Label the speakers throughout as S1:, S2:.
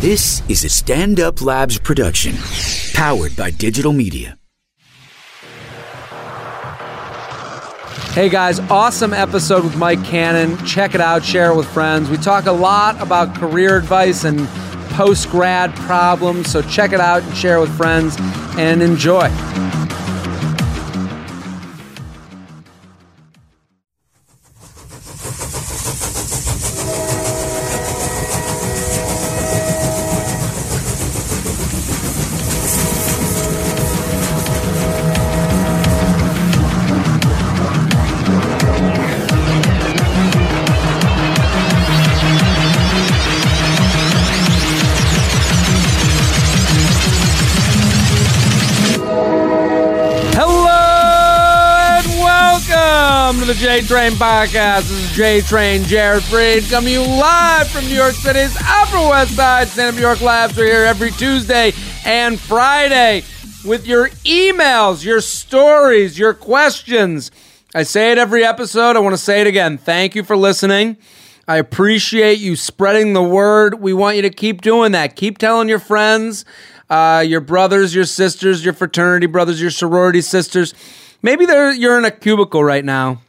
S1: This is a Stand Up Labs production, powered by digital media.
S2: Hey guys, awesome episode with Mike Cannon. Check it out, share it with friends. We talk a lot about career advice and post grad problems, so check it out and share it with friends and enjoy. Hello and welcome to the J Train Podcast. This is J Train Jared Freed coming to you live from New York City's Upper West Side. Stand Up New York Labs are here every Tuesday and Friday with your emails, your stories, your questions. I say it every episode. I want to say it again. Thank you for listening. I appreciate you spreading the word. We want you to keep doing that. Keep telling your friends, uh, your brothers, your sisters, your fraternity brothers, your sorority sisters. Maybe they're, you're in a cubicle right now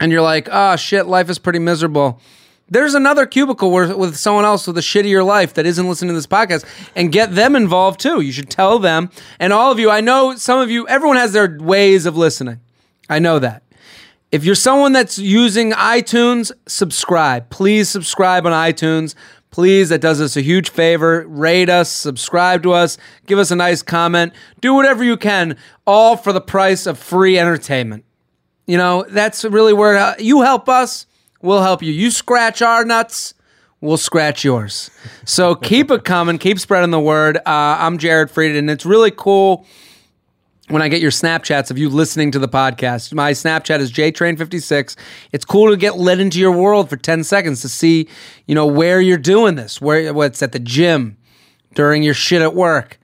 S2: and you're like, oh shit, life is pretty miserable. There's another cubicle where, with someone else with a shittier life that isn't listening to this podcast and get them involved too. You should tell them. And all of you, I know some of you, everyone has their ways of listening. I know that. If you're someone that's using iTunes, subscribe. Please subscribe on iTunes. Please, that does us a huge favor. Rate us, subscribe to us, give us a nice comment. Do whatever you can, all for the price of free entertainment. You know, that's really where uh, you help us, we'll help you. You scratch our nuts, we'll scratch yours. So keep it coming, keep spreading the word. Uh, I'm Jared Frieden, and it's really cool when I get your Snapchats of you listening to the podcast. My Snapchat is JTrain56. It's cool to get let into your world for 10 seconds to see, you know, where you're doing this, where what's at the gym, during your shit at work,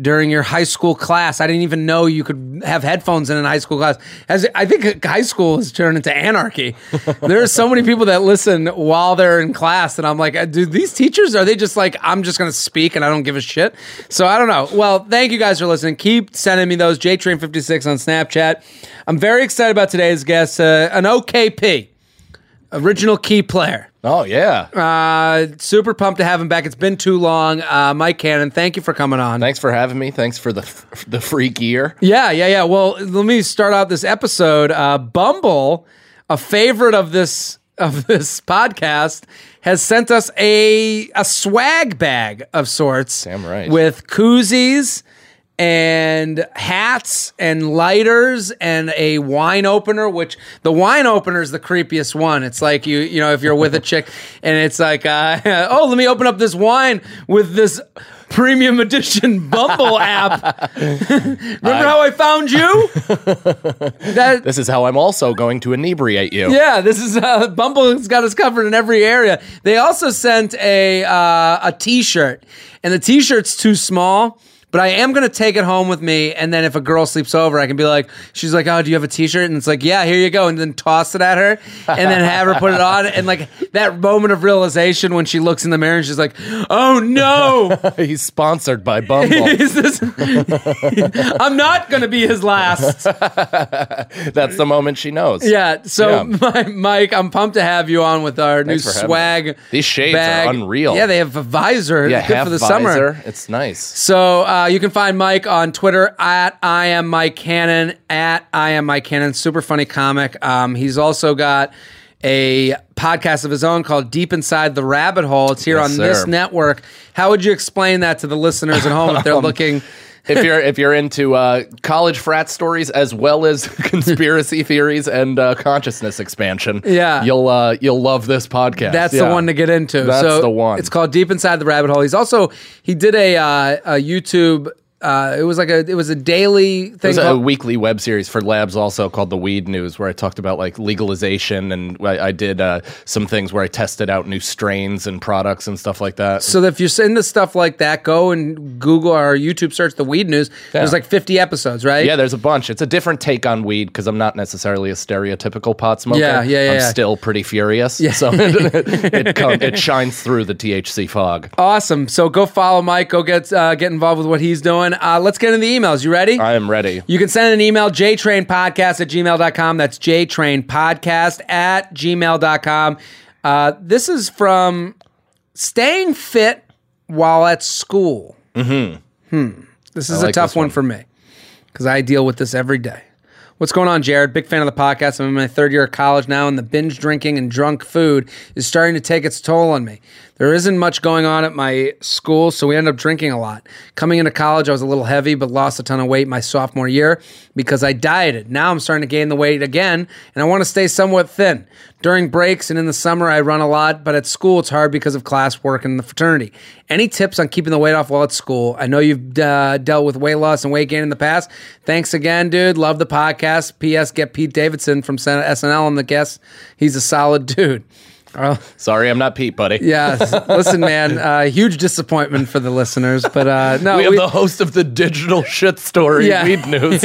S2: during your high school class. I didn't even know you could have headphones in an high school class. As I think high school has turned into anarchy. there are so many people that listen while they're in class, and I'm like, do these teachers are they just like I'm just gonna speak and I don't give a shit? So I don't know. Well, thank you guys for listening. Keep sending me those JTrain56 on Snapchat. I'm very excited about today's guest, uh, an OKP, original key player.
S3: Oh yeah.
S2: Uh, super pumped to have him back. It's been too long. Uh, Mike Cannon, thank you for coming on.
S3: Thanks for having me. Thanks for the the free gear.
S2: Yeah, yeah, yeah. Well, let me start out this episode. Uh, Bumble, a favorite of this of this podcast, has sent us a a swag bag of sorts.
S3: Damn right.
S2: With koozies and hats and lighters and a wine opener which the wine opener is the creepiest one it's like you you know if you're with a chick and it's like uh, oh let me open up this wine with this premium edition bumble app remember how i found you that
S3: This is how I'm also going to inebriate you.
S2: yeah, this is uh, Bumble's got us covered in every area. They also sent a uh, a T-shirt, and the T-shirt's too small. But I am gonna take it home with me, and then if a girl sleeps over, I can be like, she's like, "Oh, do you have a T-shirt?" And it's like, "Yeah, here you go," and then toss it at her, and then have her put it on, and like that moment of realization when she looks in the mirror and she's like, "Oh no,
S3: He's sponsored by Bumble.
S2: Is this- I'm not gonna be his last."
S3: That's the moment she knows.
S2: Yeah. So,
S3: Yeah.
S2: My, Mike, I'm pumped to have you on with our new
S3: for having me.
S2: swag.
S3: These shades are
S2: bag.
S3: unreal.
S2: Yeah, they have a visor.
S3: Yeah,
S2: It's good
S3: half
S2: for the
S3: visor.
S2: summer.
S3: It's nice.
S2: So uh, you can find Mike on Twitter at I am Mike Cannon at I am Mike Cannon. Super funny comic. Um, he's also got a podcast of his own called Deep Inside the Rabbit Hole. It's here
S3: Yes,
S2: on this
S3: sir.
S2: network. How would you explain that to the listeners at home
S3: Um,
S2: if they're looking?
S3: if you're if you're into uh, college frat stories as well as conspiracy theories and uh, consciousness expansion,
S2: Yeah.
S3: you'll uh, you'll love this podcast.
S2: That's
S3: Yeah.
S2: the one to get into.
S3: That's
S2: so
S3: the one.
S2: It's called Deep Inside the Rabbit Hole. He's also he did a uh, a YouTube uh, it was like a it was a daily thing.
S3: There's a
S2: called-
S3: weekly web series for labs also called The Weed News, where I talked about like legalization and I, I did uh, some things where I tested out new strains and products and stuff like that.
S2: so if you're into stuff like that, go and Google or YouTube search the weed news. There's like 50 episodes, right?
S3: Yeah, there's a bunch. It's a different take on weed because I'm not necessarily a stereotypical pot smoker.
S2: Yeah, yeah, yeah,
S3: I'm
S2: yeah.
S3: still pretty furious. So it, it, come- it shines through the THC fog.
S2: Awesome. So go follow Mike. Go get uh, get involved with what he's doing. Uh, let's get into the emails. You ready?
S3: I am ready.
S2: You can send an email, jtrainpodcast at gmail.com. That's jtrainpodcast at gmail.com. Uh, this is from Staying Fit While at School. Mm-hmm. Hmm. This is
S3: like
S2: a tough
S3: this
S2: one for me because I deal with this every day. What's going on, Jared? Big fan of the podcast. I'm in my third year of college now, and the binge drinking and drunk food is starting to take its toll on me. There isn't much going on at my school, so we end up drinking a lot. Coming into college, I was a little heavy, but lost a ton of weight my sophomore year because I dieted. Now I'm starting to gain the weight again, and I want to stay somewhat thin. During breaks and in the summer, I run a lot, but at school, it's hard because of classwork and the fraternity. Any tips on keeping the weight off while at school? I know you've uh, dealt with weight loss and weight gain in the past. Thanks again, dude. Love the podcast. P.S. Get Pete Davidson from Sen- SNL on the guest. He's a solid dude. Oh,
S3: Sorry, I'm not Pete, buddy.
S2: yeah. Listen, man, uh, huge disappointment for the listeners, but uh, no,
S3: We
S2: we
S3: have the host of the digital shit story,
S2: Yeah.
S3: Weed News.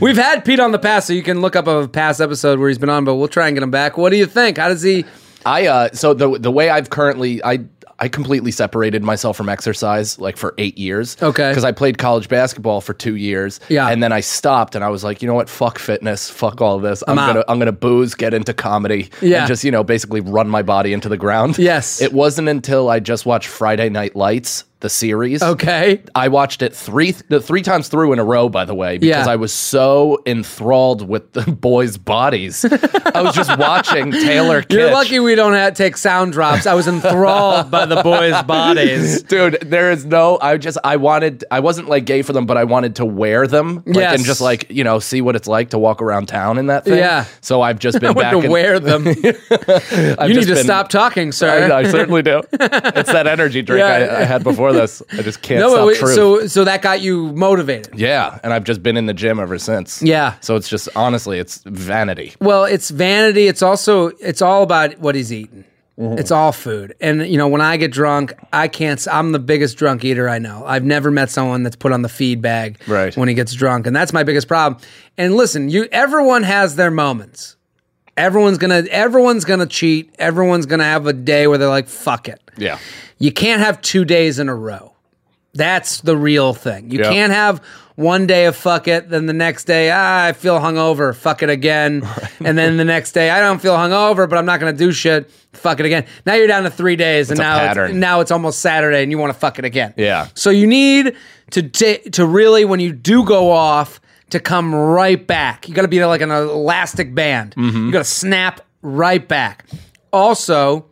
S2: We've had Pete on the past, so you can look up a past episode where he's been on, but we'll try and get him back. What do you think? How does he?
S3: I uh so the the way I've currently I I completely separated myself from exercise like for 8 years.
S2: Okay.
S3: Cuz I played college basketball for 2 years
S2: Yeah.
S3: and then I stopped and I was like, you know what? Fuck fitness, fuck all this. I'm,
S2: out.
S3: going to I'm going to booze, get into comedy
S2: Yeah.
S3: and just, you know, basically run my body into the ground.
S2: Yes.
S3: It wasn't until I just watched Friday Night Lights, the series.
S2: Okay.
S3: I watched it three th- three times through in a row, by the way, because
S2: Yeah.
S3: I was so enthralled with the boys' bodies. I was just watching Taylor. Kitsch.
S2: You're lucky we don't have, take sound drops. I was enthralled by the boys' bodies.
S3: Dude, there is no. I just I wanted. I wasn't like gay for them, but I wanted to wear them. Like,
S2: Yes.
S3: and just like you know, see what it's like to walk around town in that thing.
S2: Yeah.
S3: So I've just been
S2: I
S3: back.
S2: want to
S3: in-
S2: wear them. you
S3: I've
S2: need
S3: just
S2: to
S3: been-
S2: stop talking,
S3: I,
S2: sir.
S3: I certainly do. It's that energy drink
S2: Yeah.
S3: I, I had before this. I just can't
S2: No,
S3: stop
S2: wait,
S3: truth.
S2: so so that got you motivated.
S3: yeah, and I've just been in the gym ever since.
S2: Yeah.
S3: So it's just honestly, it's vanity.
S2: Well, it's vanity. It's also it's all about what he's eating. It's all food. And you know, when I get drunk, I can't s- I'm the biggest drunk eater I know. I've never met someone that's put on the feed bag
S3: Right.
S2: when he gets drunk, and that's my biggest problem. And listen, you everyone has their moments. Everyone's going to everyone's going to cheat. Everyone's going to have a day where they're like fuck it.
S3: Yeah.
S2: You can't have two days in a row. That's the real thing. You
S3: Yeah.
S2: can't have one day of fuck it, then the next day, ah, I feel hungover, fuck it again. And then the next day, I don't feel hungover, but I'm not going to do shit, fuck it again. Now you're down to three days, and
S3: a
S2: now it's,
S3: pattern.
S2: now it's almost Saturday, and you want to fuck it again.
S3: Yeah.
S2: So you need to ta- to really, when you do go off, to come right back. You got to be like an elastic band.
S3: Mm-hmm.
S2: You got to snap right back. Also,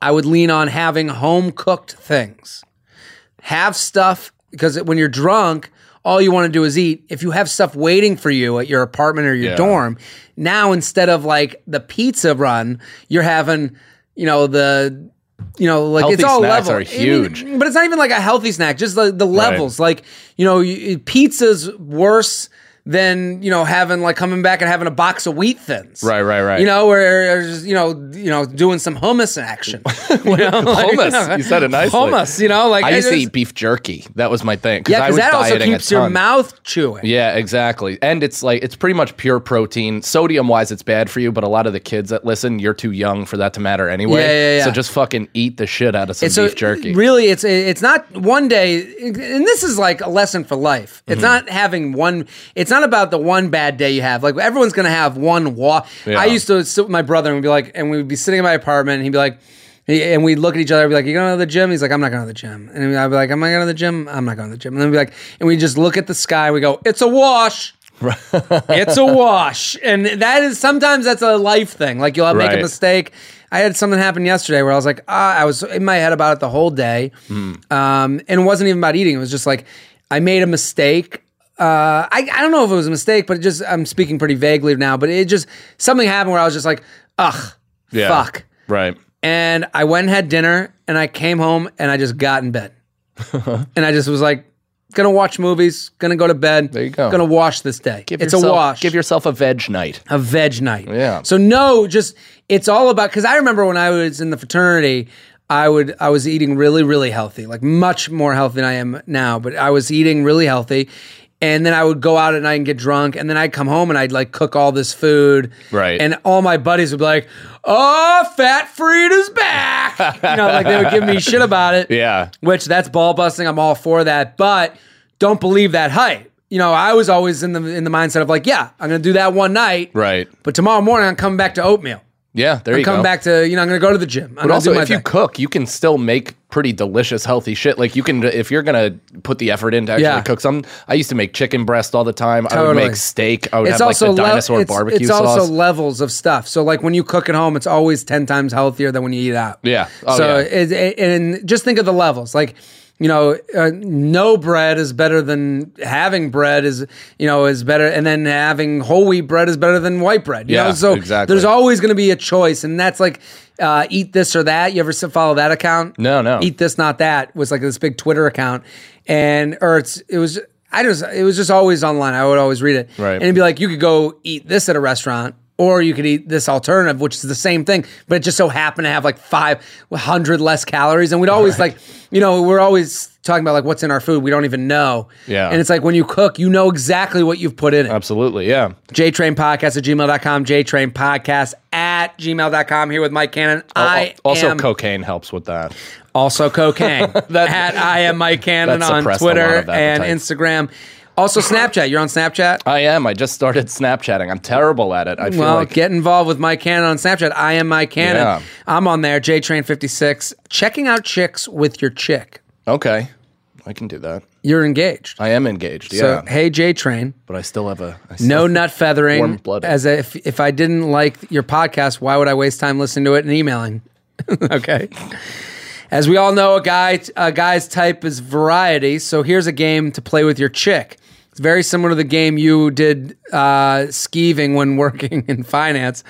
S2: I would lean on having home cooked things. Have stuff because when you're drunk, all you want to do is eat. If you have stuff waiting for you at your apartment or your
S3: Yeah.
S2: dorm, now instead of like the pizza run, you're having, you know, the you know, like it's
S3: Healthy
S2: all
S3: snacks
S2: level.
S3: are
S2: I mean,
S3: huge.
S2: but it's not even like a healthy snack. Just the, the levels, like you know, you, pizza's worse than you know having like coming back and having a box of wheat thins.
S3: Right, right, right.
S2: You know, or, or just, you know, you know, doing some hummus in action. you know? Like,
S3: Hummus. You said it nicely.
S2: Hummus. You know, like
S3: I used to
S2: just-
S3: eat beef jerky. That was my thing.
S2: Yeah,
S3: I
S2: because
S3: was
S2: that also
S3: dieting a
S2: keeps your
S3: ton.
S2: mouth chewing.
S3: Yeah, exactly. And it's like it's pretty much pure protein. Sodium wise, it's bad for you, but a lot of the kids that listen, you're too young for that to matter anyway.
S2: Yeah, yeah, yeah.
S3: So just fucking eat the shit out of some
S2: so
S3: beef jerky.
S2: Really, it's it's not one day, and this is like a lesson for life.
S3: Mm-hmm.
S2: It's not having one. It's not about the one bad day you have. Like everyone's gonna have one walk.
S3: Yeah.
S2: I used to sit with my brother and we'd be like, and we'd be sitting in my apartment, and he'd be like. he- And we'd look at each other and be like, You going to the gym? He's like, I'm not going to the gym. And I'd be like, Am I going to the gym? I'm not going to the gym. And then we'd be like, And we just look at the sky and we go, It's a wash. it's a wash. And that is sometimes that's a life thing. Like you'll make a
S3: Right.
S2: mistake. I had something happen yesterday where I was like, ah, I was in my head about it the whole day.
S3: Mm.
S2: Um, and it wasn't even about eating. It was just like, I made a mistake. Uh, I, I don't know if it was a mistake, but it just, I'm speaking pretty vaguely now, but it just, something happened where I was just like, ugh,
S3: Yeah.
S2: fuck.
S3: Right.
S2: And I went and had dinner and I came home and I just got in bed. and I just was like, gonna watch movies, gonna go to bed. There
S3: you go.
S2: Gonna wash this day.
S3: Give
S2: it's
S3: yourself-
S2: a wash.
S3: Give yourself a veg night.
S2: a veg night.
S3: Yeah.
S2: So no, just it's all about because I remember when I was in the fraternity, I would I was eating really really healthy, like much more healthy than I am now. But I was eating really healthy, and then I would go out at night and get drunk, and then I'd come home and I'd like cook all this food,
S3: Right.
S2: And all my buddies would be like, "Oh, fat Frida's back," you know, like they would give me shit about it.
S3: Yeah.
S2: Which that's ball busting. I'm all for that, but don't believe that hype. You know, I was always in the in the mindset of like, yeah, I'm gonna do that one night,
S3: Right.
S2: but tomorrow morning I'm coming back to oatmeal.
S3: Yeah. There
S2: I'm
S3: you go.
S2: coming back to you know I'm gonna go to the gym. I'm
S3: But
S2: gonna
S3: also,
S2: do my
S3: if you
S2: thing.
S3: cook, you can still make pretty delicious, healthy shit. Like you can, if you're gonna put the effort into actually
S2: Yeah.
S3: cook something. I used to make chicken breast all the time. I would
S2: Totally.
S3: make steak. I would
S2: it's
S3: have
S2: also
S3: like the
S2: le-
S3: dinosaur
S2: it's-
S3: barbecue
S2: It's
S3: sauce.
S2: also levels of stuff. So like when you cook at home, it's always ten times healthier than when you eat out.
S3: Yeah. Oh,
S2: so
S3: yeah.
S2: It, it- and just think of the levels. Like you know, uh, no bread is better than having bread is you know is better, and then having whole wheat bread is better than white bread. You
S3: Yeah,
S2: know? So
S3: exactly.
S2: there's always going to be a choice, and that's like. Uh, eat this or that. You ever s- follow that account?
S3: No, no.
S2: Eat this, not that was like this big Twitter account, and or it's it was I just it was just always online. I would always read it,
S3: Right.
S2: And it'd be like you could go eat this at a restaurant, or you could eat this alternative, which is the same thing, but it just so happened to have like five hundred less calories. And we'd always like you know we're always talking about like what's in our food. We don't even know.
S3: Yeah.
S2: And it's like when you cook, you know exactly what you've put in it.
S3: Absolutely. Yeah.
S2: JTrainPodcast at gmail.com, JTrainPodcast at gmail.com. Here with Mike Cannon. I
S3: also,
S2: am
S3: cocaine helps with that.
S2: also cocaine at I am Mike Cannon
S3: that
S2: on
S3: suppressed a lot
S2: Twitter
S3: of
S2: and
S3: appetite.
S2: Instagram. Also Snapchat. You're on Snapchat.
S3: I am. I just started Snapchatting. I'm terrible at it. I feel
S2: well,
S3: like
S2: get involved with Mike Cannon on Snapchat. I am Mike Cannon.
S3: Yeah.
S2: I'm on there. JTrain56. Checking out chicks with your chick.
S3: okay, I can do that.
S2: You're engaged.
S3: I am engaged.
S2: So
S3: Uh, Yeah,
S2: hey J Train,
S3: but I still have a I still
S2: no nut feathering.
S3: Warm-blooded.
S2: As if if I didn't like your podcast, why would I waste time listening to it and emailing? okay. As we all know, a guy a guy's type is variety. So here's a game to play with your chick. It's very similar to the game you did uh, skeeving when working in finance,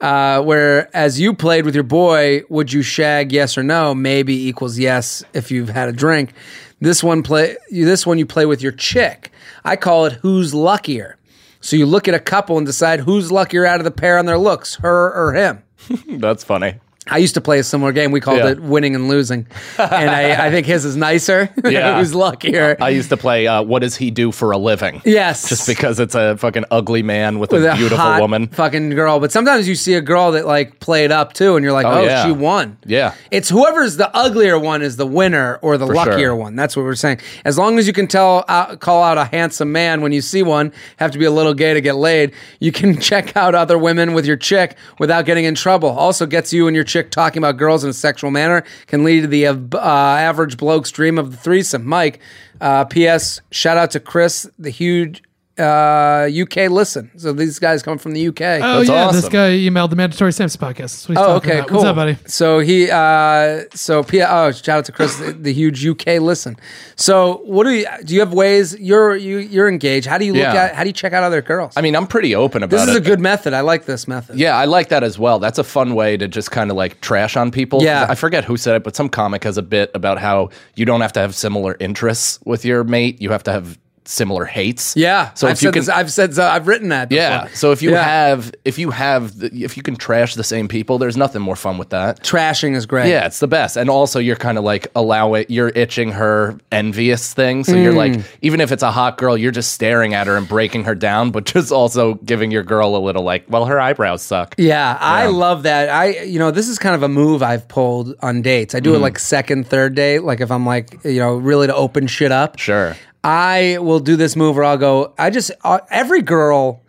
S2: uh, where as you played with your boy, would you shag? Yes or no? Maybe equals yes if you've had a drink. This one play you- this one you play with your chick. I call it who's luckier. So you look at a couple and decide who's luckier out of the pair on their looks, her or him.
S3: That's funny.
S2: I used to play a similar game. We called
S3: Yeah.
S2: it winning and losing. And I, I think his is nicer.
S3: Yeah.
S2: it was luckier.
S3: I used to play. Uh, what does he do for a living?
S2: yes.
S3: just because it's a fucking ugly man with,
S2: With
S3: a beautiful
S2: hot
S3: woman.
S2: Fucking girl. But sometimes you see a girl that like played up too, and you're like, oh,
S3: Oh, yeah.
S2: she won.
S3: Yeah.
S2: It's whoever's the uglier one is the winner or the
S3: sure.
S2: luckier one. That's what we're saying. As long as you can tell, out, call out a handsome man when you see one, have to be a little gay to get laid. You can check out other women with your chick without getting in trouble. Also gets you and your chick talking about girls in a sexual manner can lead to the uh, average bloke's dream of the threesome. Mike, uh, P.S. Shout out to Chris, the huge uh, UK listen. So these guys come from the UK.
S4: Oh
S3: That's
S4: yeah, this
S3: awesome.
S4: guy emailed the Mandatory Stamps podcast. That's what he's
S2: Oh,
S4: talking
S2: okay,
S4: about.
S2: cool.
S4: What's up, buddy?
S2: So he, uh, so P. Oh, shout out to Chris, the, the huge UK listen. So what do you do? You have ways. You're you you're engaged. How do you look
S3: Yeah.
S2: at? How do you check out other girls?
S3: I mean, I'm pretty open about
S2: this is
S3: it.
S2: a good method. I like this method.
S3: yeah, I like that as well. That's a fun way to just kind of like trash on people.
S2: Yeah.
S3: I forget who said it, but some comic has a bit about how you don't have to have similar interests with your mate. You have to have similar hates.
S2: yeah.
S3: So
S2: I've
S3: if you
S2: said
S3: can,
S2: this, I've said so, I've written that. Before.
S3: yeah. So if you
S2: Yeah.
S3: have, if you have, the, if you can trash the same people, there's nothing more fun with that.
S2: trashing is great.
S3: Yeah, it's the best. And also, you're kind of like allow it. You're itching her envious thing. So you're
S2: Mm.
S3: like, even if it's a hot girl, you're just staring at her and breaking her down, but just also giving your girl a little like, well, her eyebrows suck.
S2: Yeah, I love that. I you know, this is kind of a move I've pulled on dates. I do it
S3: Mm-hmm.
S2: like second, third date, like if I'm like, you know, really to open shit up.
S3: Sure.
S2: I will do this move where I'll go, I just uh, every girl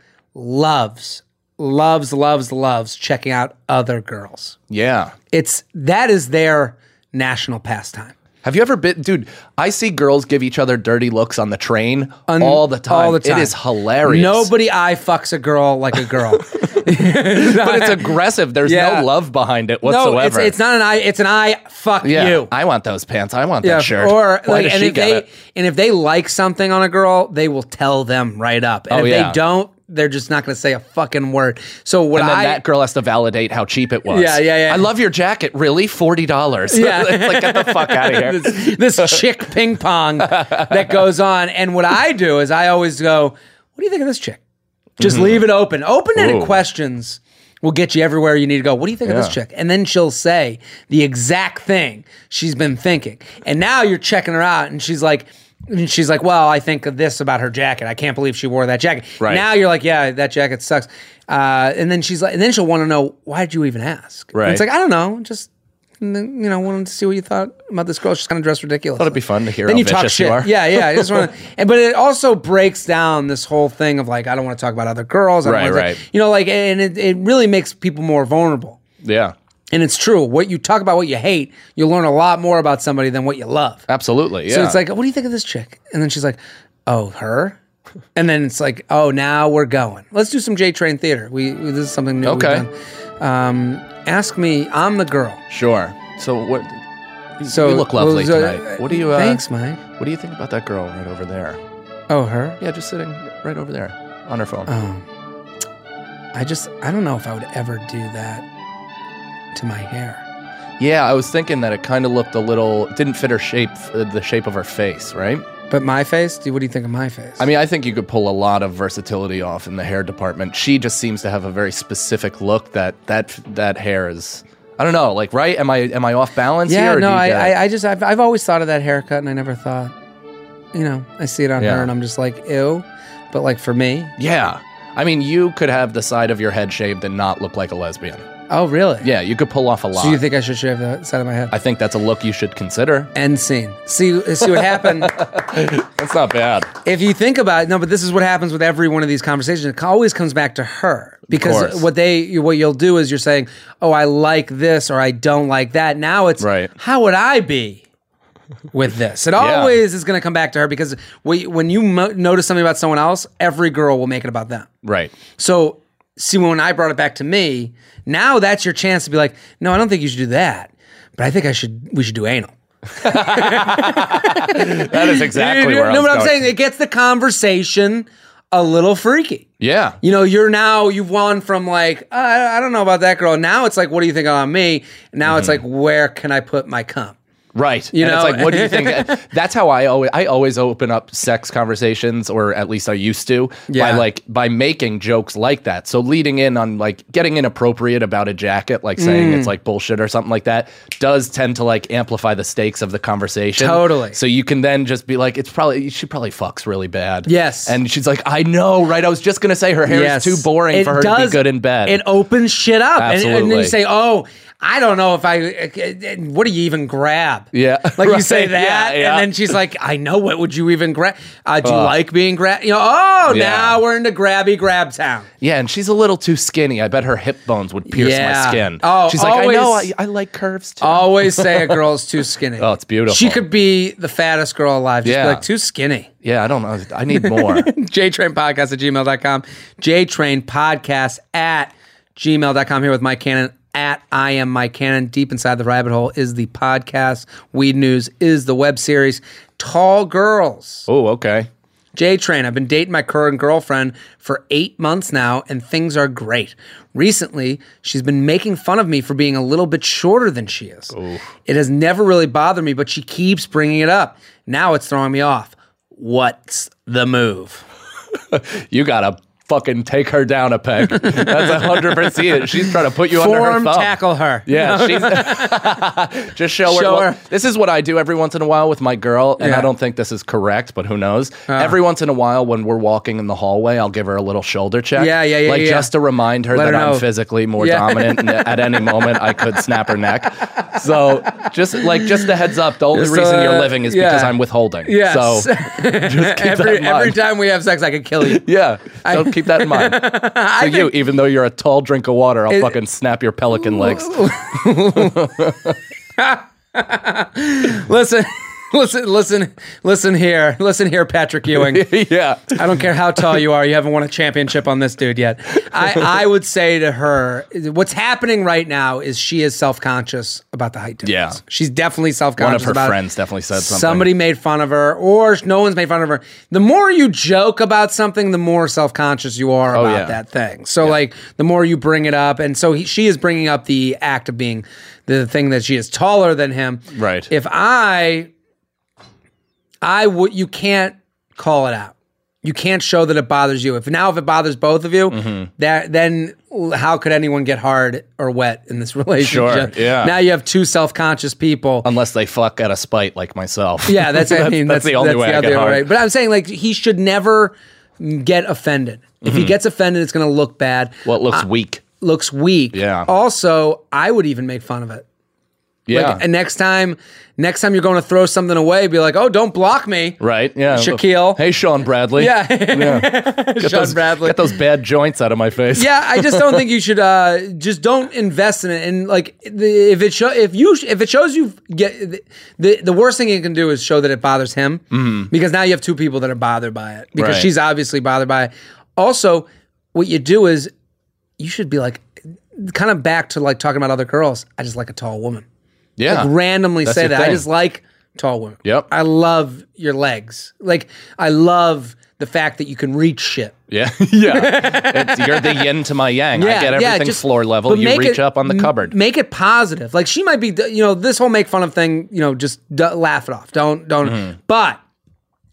S2: loves loves loves loves checking out other girls.
S3: Yeah.
S2: It's that is their national pastime.
S3: Have you ever been, dude? I see girls give each other dirty looks on the train all the time.
S2: All the time.
S3: It is hilarious.
S2: Nobody I fucks a girl like a girl.
S3: but it's aggressive. There's
S2: Yeah.
S3: no love behind it whatsoever.
S2: no, it's, it's not an I it's an I fuck
S3: yeah,
S2: you.
S3: I want those pants. I want
S2: Yeah,
S3: that shirt.
S2: Or
S3: Why
S2: like,
S3: does
S2: and
S3: she
S2: if
S3: get
S2: they
S3: it?
S2: and if they like something on a girl, they will tell them right up. And
S3: Oh,
S2: if
S3: yeah.
S2: they don't, they're just not going to say a fucking word. So what
S3: And then
S2: I
S3: that girl has to validate how cheap it was.
S2: Yeah, yeah, yeah.
S3: I love your jacket. Really, forty dollars.
S2: Yeah.
S3: it's like get the fuck out of here.
S2: this, this chick ping pong that goes on. And what I do is I always go, What do you think of this chick? Just leave it open. Open ended
S3: Mm-hmm. Ooh.
S2: questions will get you everywhere you need to go. What do you think of this
S3: Yeah.
S2: chick? And then she'll say the exact thing she's been thinking. And now you're checking her out, and she's like, and she's like, well, I think of this about her jacket. I can't believe she wore that jacket.
S3: Right.
S2: Now you're like, yeah, that jacket sucks. Uh, and then she's like, and then she'll want to know why did you even ask? And it's
S3: Right.
S2: like I don't know, just and then, you know, wanted to see what you thought about this girl. She's kind of dressed ridiculous.
S3: Thought it'd be fun to hear
S2: Then
S3: how
S2: you talk
S3: vicious you
S2: shit.
S3: are.
S2: Yeah, yeah. I just want to, but it also breaks down this whole thing of like, I don't want to talk about other girls. I don't
S3: Right,
S2: wanna-
S3: right.
S2: You know, like, and it, it really makes people more vulnerable.
S3: Yeah,
S2: And it's true. What you talk about, what you hate, you learn a lot more about somebody than what you love.
S3: absolutely. Yeah,
S2: So it's like, what do you think of this chick? And then she's like, oh, her. And then it's like, oh, now we're going. Let's do some J Train theater. We this is something new.
S3: Okay.
S2: We've done. Um, ask me. I'm the girl.
S3: sure. So what?
S2: So
S3: you look lovely
S2: well, so-
S3: tonight. What do you? Uh,
S2: Thanks, Mike.
S3: What do you think about that girl right over there?
S2: Oh, her.
S3: Yeah, just sitting right over there on her phone.
S2: Oh. I just I don't know if I would ever do that to my hair.
S3: yeah, I was thinking that it kind of looked a little it didn't fit her shape, uh, the shape of her face, right?
S2: But my face. Do what do you think of my face?
S3: I mean, I think you could pull a lot of versatility off in the hair department. She just seems to have a very specific look that that that hair is. I don't know, like right? Am I am I off balance
S2: yeah.
S3: here? or
S2: No,
S3: do you
S2: I,
S3: get-
S2: I I just I've I've always thought of that haircut, and I never thought, you know, I see it on
S3: Yeah.
S2: her, and I'm just like ew. But like for me,
S3: yeah. I mean, you could have the side of your head shaved and not look like a lesbian.
S2: oh really?
S3: Yeah, you could pull off a lot.
S2: So you think I should shave the side of my head?
S3: I think that's a look you should consider.
S2: End scene. See see what happened.
S3: That's not bad.
S2: if you think about it, no, but this is what happens with every one of these conversations. It always comes back to her because
S3: course.
S2: what they what you'll do is you're saying, "Oh, I like this" or "I don't like that." Now it's
S3: Right.
S2: How would I be with this? It
S3: Yeah.
S2: always is going to come back to her because when you- when you mo- notice something about someone else, every girl will make it about them.
S3: Right.
S2: So, see, when I brought it back to me, now that's your chance to be like, no, I don't think you should do that, but I think I should. We should do anal.
S3: That is exactly
S2: You-
S3: where I
S2: no,
S3: was
S2: but I'm
S3: going.
S2: saying it gets the conversation a little freaky.
S3: Yeah.
S2: You know, you're now you've gone from like uh, I don't know about that girl. Now it's like, what do you think about me? Now it's like, where can I put my cum?
S3: Right.
S2: You
S3: and
S2: know?
S3: it's like, what do you think? That's how I always I always open up sex conversations, or at least I used to,
S2: Yeah.
S3: by like by making jokes like that. So leading in on like getting inappropriate about a jacket, like saying
S2: Mm.
S3: it's like bullshit or something like that, does tend to like amplify the stakes of the conversation.
S2: Totally.
S3: So you can then just be like, it's probably she probably fucks really bad.
S2: Yes.
S3: And she's like, I know, right? I was just gonna say her hair
S2: Yes.
S3: is too boring
S2: It
S3: for her to
S2: does-
S3: be good in bed.
S2: It opens shit up, And- And, then you
S3: Absolutely.
S2: say, "Oh, I don't know if I. What do you even grab?
S3: Yeah.
S2: like you
S3: Right.
S2: say that,
S3: Yeah, yeah.
S2: and then she's like, "I know what would you even grab? Uh, do you like being grab? You know, oh,
S3: Yeah.
S2: now we're into grabby grab town.
S3: Yeah, and she's a little too skinny. I bet her hip bones would pierce
S2: Yeah.
S3: my skin.
S2: Oh,
S3: she's like, I know,
S2: always- Oh.
S3: I, I like curves too.
S2: Always say a girl's too skinny.
S3: Oh, it's beautiful.
S2: She could be the fattest girl alive. Just
S3: Yeah.
S2: be like too skinny.
S3: yeah, I don't know. I need more.
S2: jtrainpodcast at gmail.com. jtrainpodcast at gmail.com. Here with Mike Cannon at I am Mike Cannon. Deep Inside the Rabbit Hole is the podcast. Weed News is the web series. Tall Girls.
S3: oh, okay.
S2: J Train, I've been dating my current girlfriend for eight months now, and things are great. Recently, she's been making fun of me for being a little bit shorter than she is. It has never really bothered me, but she keeps bringing it up. Now it's throwing me off. What's the move?
S3: You gotta fucking take her down a peg. That's a hundred percent. She's trying to put you under her
S2: Form
S3: thumb.
S2: tackle her.
S3: Yeah, she's just show,
S2: Show
S3: her.
S2: her.
S3: This is what I do every once in a while with my girl, and
S2: Yeah.
S3: I don't think this is correct, but who knows? every once in a while, when we're walking in the hallway, I'll give her a little shoulder check.
S2: Yeah, yeah, yeah,
S3: like
S2: yeah.
S3: just to remind her
S2: Let
S3: that
S2: her know.
S3: I'm physically more
S2: Yeah.
S3: dominant, and that at any moment I could snap her neck. So just like just a heads up, the only
S2: Just,
S3: reason
S2: uh,
S3: you're living is
S2: yeah.
S3: because I'm withholding.
S2: Yes.
S3: So just keep that
S2: every
S3: in
S2: every
S3: mind.
S2: time we have sex, I could kill you.
S3: yeah, so keep that in mind. So you, even though you're a tall drink of water, I'll fucking snap your pelican legs.
S2: Listen, listen, listen, listen here, listen here, Patrick Ewing.
S3: yeah.
S2: I don't care how tall you are, you haven't won a championship on this dude yet. I, I would say to her, what's happening right now is she is self conscious about the height difference.
S3: Yeah.
S2: she's definitely self
S3: One
S2: conscious.
S3: of her
S2: about it.
S3: friends definitely said something.
S2: Somebody made fun of her, or no one's made fun of her. The more you joke about something, the more self conscious you are about
S3: Oh, yeah.
S2: that thing. So, like, the more you bring it up, and so he, she is bringing up the act of being the thing that she is taller than him.
S3: Right.
S2: If I, I would, you can't call it out. You can't show that it bothers you. If now, if it bothers both of you,
S3: Mm-hmm.
S2: that then l- how could anyone get hard or wet in this relationship?
S3: yeah. Um,
S2: Now you have two self conscious people.
S3: Unless they fuck out of spite like myself.
S2: Yeah, that's, I mean, that's,
S3: the only way I get
S2: other
S3: hard.
S2: But I'm saying like he should never get offended. If he gets offended, it's going to look bad.
S3: Mm-hmm. Well, it looks weak.
S2: looks weak.
S3: Yeah.
S2: Also, I would even make fun of it.
S3: Yeah.
S2: Like, and next time, next time you're going to throw something away, be like, "Oh, don't block me."
S3: right. Yeah.
S2: Shaquille.
S3: Hey, Sean Bradley.
S2: Yeah. Sean
S3: those,
S2: Bradley.
S3: Get those bad joints out of my face.
S2: yeah, I just don't think you should. Uh, just don't invest in it. And like, the, if it show, if you if it shows you get the the worst thing it can do is show that it bothers him because now you have two people that are bothered by it because
S3: Mm-hmm. Right.
S2: she's obviously bothered by it. Also, what you do is you should be like, kind of back to like talking about other girls. I just like a tall woman.
S3: Yeah.
S2: Like, randomly
S3: That's
S2: say
S3: your
S2: that. I
S3: thing.
S2: just like tall women.
S3: Yep.
S2: I love your legs. Like I love the fact that you can reach shit.
S3: Yeah, yeah. It's, you're the yin to my yang. I get everything
S2: just-
S3: floor level.
S2: but
S3: You
S2: make
S3: reach
S2: it-
S3: up on the
S2: m-
S3: cupboard.
S2: Make it positive. Like she might be, you know, this whole make fun of thing. You know, just d- laugh it off. Don't, don't.
S3: Mm-hmm.
S2: But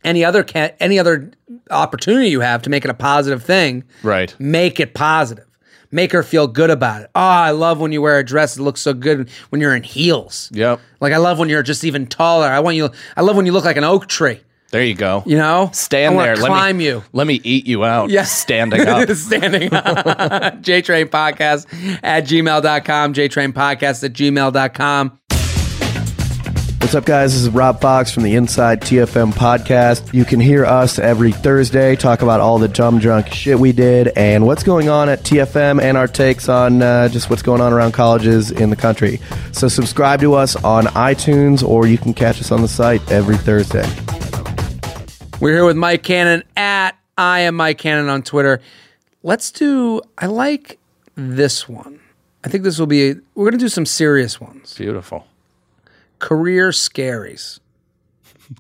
S2: any other ca- any other opportunity you have to make it a positive thing,
S3: Right.
S2: Make it positive. Make her feel good about it. Oh, I love when you wear a dress. It looks so good when you're in heels.
S3: Yep.
S2: Like I love when you're just even taller. I want you. I love when you look like an oak tree.
S3: There you go.
S2: You know,
S3: Stand
S2: I wanna
S3: there. let
S2: Climb
S3: me,
S2: you.
S3: Let me eat you out.
S2: Yeah.
S3: Standing up.
S2: Standing up. J Train Podcast at gmail.com. J Train Podcast at gmail.com.
S5: What's up, guys? This is Rob Fox from the Inside TFM podcast. You can hear us every Thursday talk about all the dumb, drunk shit we did and what's going on at TFM and our takes on uh, just what's going on around colleges in the country. So, subscribe to us on iTunes or you can catch us on the site every Thursday.
S2: We're here with Mike Cannon at I am Mike Cannon on Twitter. Let's do, I like this one. I think this will be, we're going to do some serious ones.
S3: Beautiful.
S2: Career scaries.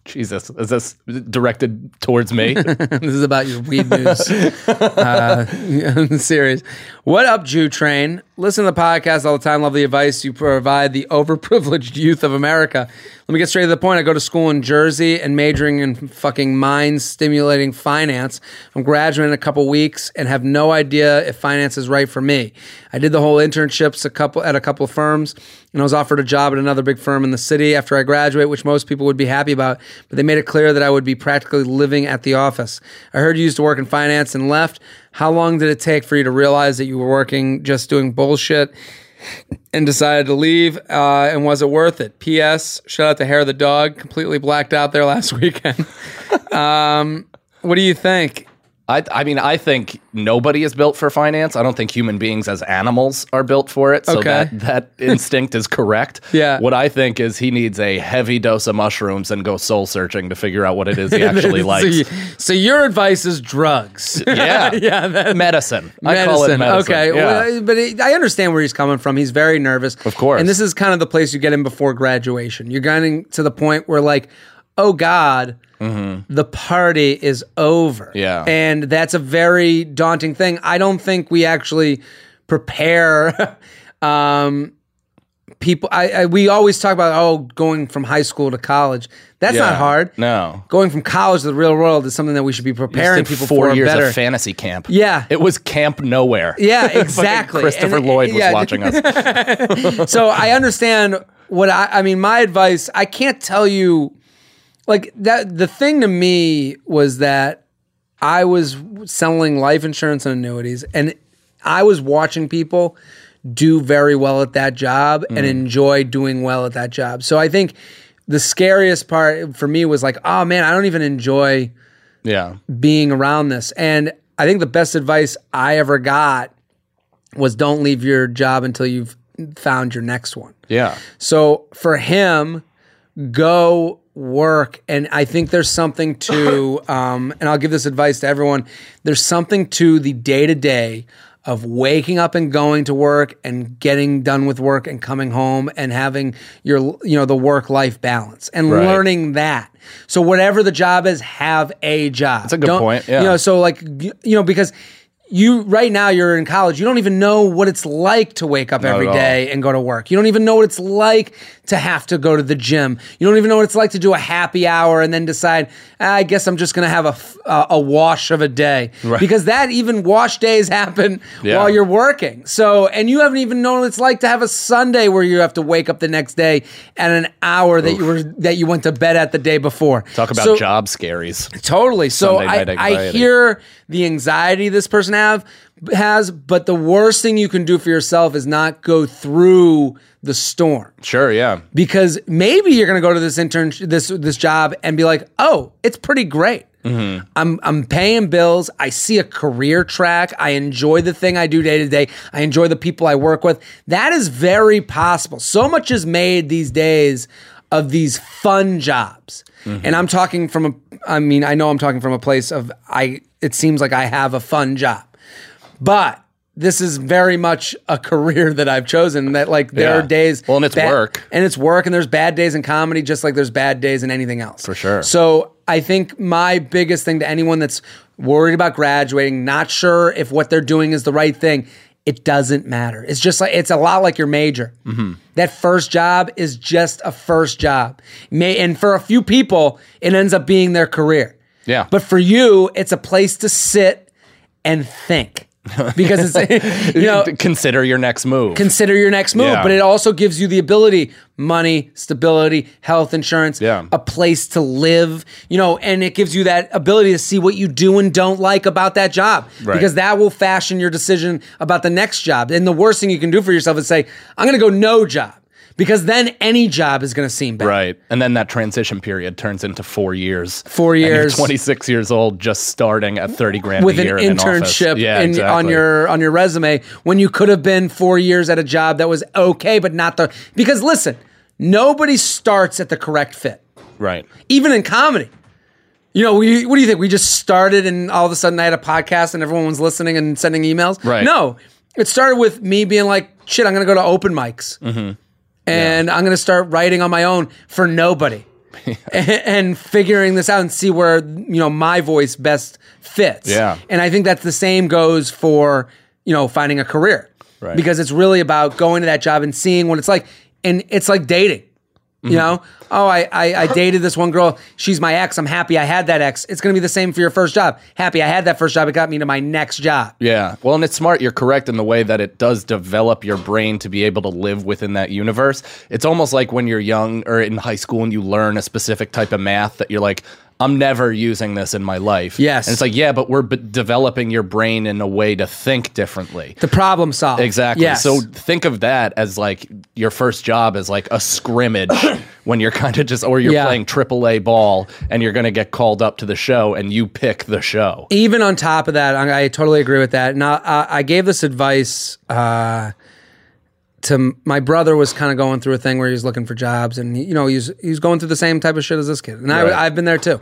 S3: Jesus. Is this directed towards me?
S2: This is about your weed news uh, series. What up, Jew Train? Listen to the podcast all the time. Love the advice you provide the overprivileged youth of America. Let me get straight to the point. I go to school in Jersey and majoring in fucking mind stimulating finance. I'm graduating in a couple weeks and have no idea if finance is right for me. I did the whole internships a couple at a couple of firms and I was offered a job at another big firm in the city after I graduate, which most people would be happy about, but they made it clear that I would be practically living at the office. I heard you used to work in finance and left. How long did it take for you to realize that you were working just doing bullshit and decided to leave? Uh, and was it worth it? P.S. Shout out to Hair of the Dog, completely blacked out there last weekend. um, what do you think?
S3: I, I mean, I think nobody is built for finance. I don't think human beings as animals are built for it. So
S2: Okay.
S3: that, that instinct is correct.
S2: Yeah.
S3: What I think is he needs a heavy dose of mushrooms and go soul searching to figure out what it is he actually
S2: so,
S3: likes.
S2: you- so your advice is drugs.
S3: Yeah.
S2: yeah, that-
S3: medicine. I call it medicine.
S2: Okay,
S3: Yeah.
S2: well, but it, I understand where he's coming from. He's very nervous, of
S3: course.
S2: And this is kind of the place you get in before graduation. You're getting to the point where, like, oh God, the party is over.
S3: Mm-hmm. Yeah.
S2: and that's a very daunting thing. I don't think we actually prepare. um, People, I, I we always talk about oh going from high school to college. That's not
S3: Yeah.
S2: hard.
S3: No.
S2: going from college to the real world is something that we should be preparing
S3: Just did
S2: people
S3: four
S2: for
S3: years
S2: better.
S3: of fantasy camp.
S2: Yeah.
S3: it was camp nowhere.
S2: Yeah,
S3: Fucking
S2: exactly.
S3: Christopher
S2: And-
S3: Lloyd was
S2: yeah.
S3: watching us.
S2: so I understand what I, I mean. My advice, I can't tell you, like that. The thing to me was that I was selling life insurance and annuities, and I was watching people do very well at that job and
S3: Mm.
S2: enjoy doing well at that job. So I think the scariest part for me was like, oh man, I don't even enjoy
S3: Yeah,
S2: being around this. And I think the best advice I ever got was don't leave your job until you've found your next one.
S3: yeah,
S2: So for him, go work. And I think there's something to, um, and I'll give this advice to everyone there's something to the day to day of waking up and going to work and getting done with work and coming home and having your, you know, the work life balance and
S3: Right.
S2: learning that. So, whatever the job is, have a job. That's
S3: a good point, yeah.
S2: You know, so like, you you know, because. You right now you're in college. You don't even know what it's like to wake up every
S3: at all.
S2: day and go to work. You don't even know what it's like to have to go to the gym. You don't even know what it's like to do a happy hour and then decide, "Ah, I guess I'm just going to have a, f- uh, a wash of a day. Because that even wash days happen
S3: Yeah.
S2: while you're working. So, and you haven't even known what it's like to have a Sunday where you have to wake up the next day at an hour that you were that you went to bed at the day before.
S3: Talk about
S2: So-
S3: job scaries.
S2: Totally. So
S3: Sunday
S2: I,
S3: night
S2: I
S3: anxiety.
S2: hear the anxiety this person have has, but the worst thing you can do for yourself is not go through the storm
S3: Sure, yeah.
S2: because maybe you're going to go to this intern this this job and be like, "Oh, it's pretty great.
S3: Mm-hmm.
S2: I'm I'm paying bills. I see a career track. I enjoy the thing I do day to day. I enjoy the people I work with. That is very possible. So much is made these days of these fun jobs.
S3: Mm-hmm.
S2: And I'm talking from a I mean, I know I'm talking from a place of I it seems like I have a fun job. But this is very much a career that I've chosen that like there are
S3: Yeah.
S2: days
S3: Well, and it's work.
S2: and it's work and there's bad days in comedy just like there's bad days in anything else for
S3: sure.
S2: so i think my biggest thing to anyone that's worried about graduating not sure if what they're doing is the right thing it doesn't matter it's just like it's a lot like your major that first job is just a first job May, and for a few people it ends up being their career
S3: Yeah.
S2: but for you it's a place to sit and think because it's you know
S3: Consider your next move.
S2: consider your next move.
S3: Yeah.
S2: But it also gives you the ability, money, stability, health insurance,
S3: Yeah.
S2: a place to live, you know, and it gives you that ability to see what you do and don't like about that job.
S3: Right.
S2: Because that will fashion your decision about the next job. And the worst thing you can do for yourself is say, I'm gonna go no job. Because then any job is gonna seem bad.
S3: Right. And then that transition period turns into four years.
S2: Four
S3: And you're
S2: years.
S3: 26 years old, just starting at 30 grand
S2: With
S3: a
S2: an
S3: year in office.
S2: internship
S3: Yeah,
S2: in, on
S3: exactly.
S2: your on your resume when you could have been four years at a job that was okay, but not the because listen, nobody starts at the correct fit.
S3: Right.
S2: even in comedy. You know, we, what do you think? We just started and all of a sudden I had a podcast and everyone was listening and sending emails?
S3: Right.
S2: No, it started with me being like, shit, I'm going to go to open mics
S3: Mm-hmm.
S2: and I'm going to start writing on my own for nobody and, and figuring this out and see where, you know, my voice best fits.
S3: Yeah.
S2: And I think that's the same goes for, you know, finding a career
S3: Right.
S2: because it's really about going to that job and seeing what it's like. And it's like dating.
S3: Mm-hmm.
S2: You know, oh, I, I I dated this one girl. She's my ex. I'm happy I had that ex. It's gonna be the same for your first job. Happy I had that first job. It got me to my next job.
S3: Yeah. Well, and it's smart. You're correct in the way that it does develop your brain to be able to live within that universe. It's almost like when you're young or in high school and you learn a specific type of math that you're like, I'm never using this in my life.
S2: Yes.
S3: And it's like, yeah, but we're b- developing your brain in a way to think differently.
S2: The problem solved.
S3: Exactly.
S2: Yes.
S3: So think of that as like your first job as like a scrimmage when you're kind of just, or you're
S2: Yeah.
S3: playing AAA ball and you're going to get called up to the show and you pick the show.
S2: even on top of that, I, I totally agree with that. And I, I, I gave this advice uh, to m- my brother was kind of going through a thing where he was looking for jobs, and you know he's he's going through the same type of shit as this kid, and
S3: Right.
S2: I, I've been there too.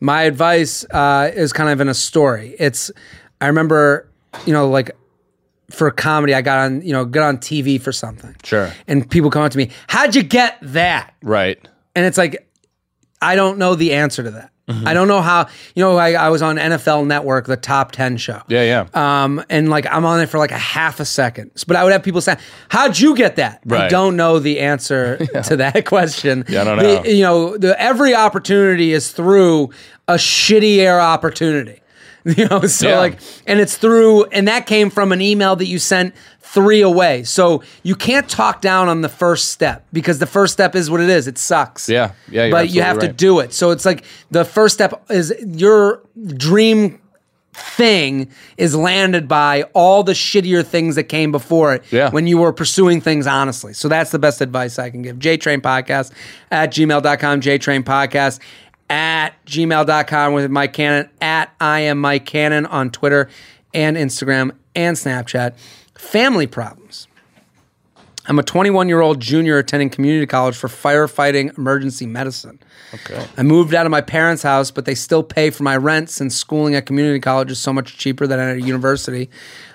S2: My advice uh, is kind of in a story. It's I remember you know like for comedy, I got on you know got on TV for something,
S3: Sure.
S2: and people come up to me, "How'd you get that?"
S3: Right.
S2: And it's like, I don't know the answer to that. I don't know how, you know, I, I was on NFL Network, the top 10 show.
S3: Yeah. Yeah.
S2: Um, and like I'm on it for like a half a second, but I would have people say, "How'd you get that?" I
S3: Right.
S2: don't know the answer to that question.
S3: I don't
S2: The-
S3: know.
S2: you know, the, every opportunity is through a shitty air opportunity. You know, so
S3: Yeah.
S2: like, and it's through, and that came from an email that you sent three away. So you can't talk down on the first step because the first step is what it is. It sucks.
S3: Yeah. Yeah, you're
S2: But you
S3: absolutely
S2: have to
S3: right.
S2: do it. So it's like the first step is your dream thing is landed by all the shittier things that came before it
S3: Yeah.
S2: when you were pursuing things honestly. So that's the best advice I can give. JTrain Podcast at gmail.com, JTrain Podcast at gmail.com with Mike Cannon, at I am Mike Cannon on Twitter and Instagram and Snapchat. Family problems. I'm a 21 year old junior attending community college for firefighting emergency medicine. Okay. I moved out of my parents' house, but they still pay for my rent since schooling at community college is so much cheaper than at a university.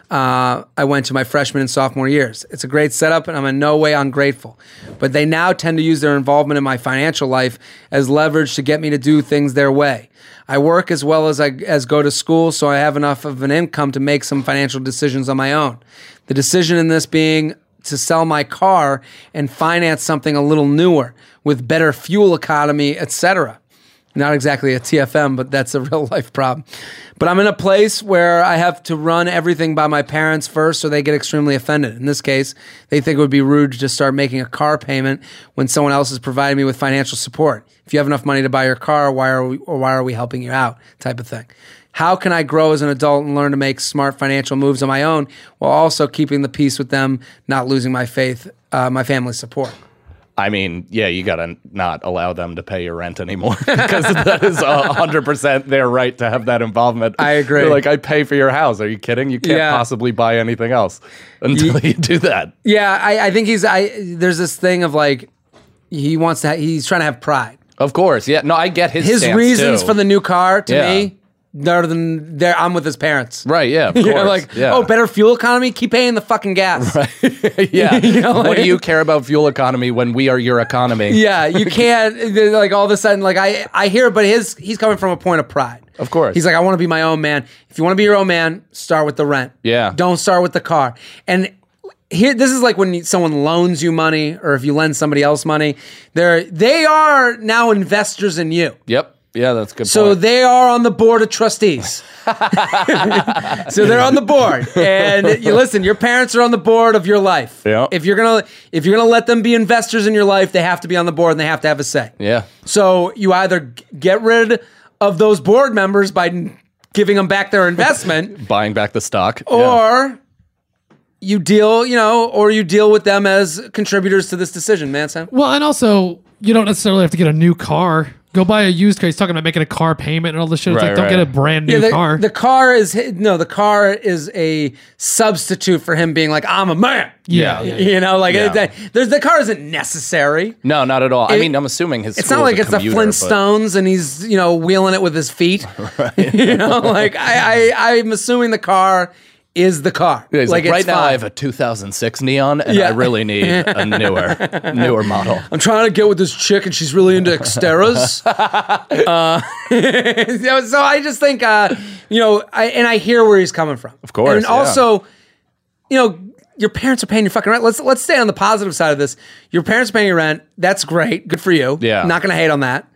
S2: Uh, I went to my freshman and sophomore years. It's a great setup, and I'm in no way ungrateful. But they now tend to use their involvement in my financial life as leverage to get me to do things their way. I work as well as I as go to school, so I have enough of an income to make some financial decisions on my own. The decision in this being to sell my car and finance something a little newer with better fuel economy, etc. Not exactly a TFM, but that's a real life problem. But I'm in a place where I have to run everything by my parents first, so they get extremely offended. In this case, they think it would be rude to just start making a car payment when someone else is providing me with financial support. If you have enough money to buy your car, why are we, or why are we helping you out? Type of thing. How can I grow as an adult and learn to make smart financial moves on my own while also keeping the peace with them, not losing my faith, uh, my family's support?
S3: I mean, yeah, you gotta not allow them to pay your rent anymore because that is hundred percent their right to have that involvement.
S2: I agree.
S3: They're like, I pay for your house. Are you kidding? You can't
S2: Yeah.
S3: possibly buy anything else until you do that.
S2: Yeah, I, I think he's. I there's this thing of like he wants to. Ha- he's trying to have pride.
S3: Of course, yeah. No, I get his
S2: His
S3: stance,
S2: reasons
S3: too.
S2: for the new car to
S3: Yeah.
S2: me, they're than there. I'm with his parents.
S3: right, yeah. Of course.
S2: You know, like
S3: yeah.
S2: oh, better fuel economy. Keep paying the fucking gas.
S3: yeah.
S2: You know,
S3: what do
S2: like-
S3: you care about fuel economy when we are your economy?
S2: Yeah, you can't they're like all of a sudden like I I hear, but his he's coming from a point of pride.
S3: Of course.
S2: he's like I want to be my own man. If you want to be your own man, start with the rent.
S3: Yeah.
S2: don't start with the car. And here, this is like when you- someone loans you money, or if you lend somebody else money, they're they are now investors in you.
S3: Yep. Yeah, that's a good.
S2: So
S3: point.
S2: they are on the board of trustees. so they're on the board, and you listen. Your parents are on the board of your life.
S3: Yeah.
S2: If you're gonna if you're gonna let them be investors in your life, they have to be on the board and they have to have a say.
S3: yeah.
S2: So you either g- get rid of those board members by n- giving them back their investment,
S3: Buying back the stock. Yeah.
S2: or you deal, you know, or you deal with them as contributors to this decision, man. Sam.
S4: Well, and also you don't necessarily have to get a new car. Go buy a used car. He's talking about making a car payment and all this shit. It's
S3: Right,
S4: like, don't
S3: right.
S4: get a brand new
S2: the,
S4: car.
S2: the car is hi- no, the car is a substitute for him being like, I'm a man.
S4: yeah.
S3: Yeah.
S2: You know, like
S3: Yeah.
S2: it- that- there's the car isn't necessary.
S3: No, not at all. I
S2: It-
S3: mean, I'm assuming his.
S2: It's
S3: school
S2: not
S3: is
S2: like it's the
S3: commuter, but-
S2: Flintstones and he's you know wheeling it with his feet. you know, like I, I I'm assuming the car is the car.
S3: Yeah, he's like,
S2: it's
S3: right now
S2: fine.
S3: I have a 2006 Neon, and
S2: Yeah.
S3: I really need a newer, newer model.
S2: I'm trying to get with this chick, and she's really into Xteras. uh, so I just think, uh, you know, I, and I hear where he's coming from. Of
S3: course,
S2: and
S3: yeah.
S2: also, you know, your parents are paying your fucking rent. Let's let's stay on the positive side of this. Your parents are paying your rent. That's great. Good for you.
S3: Yeah.
S2: not gonna hate on that.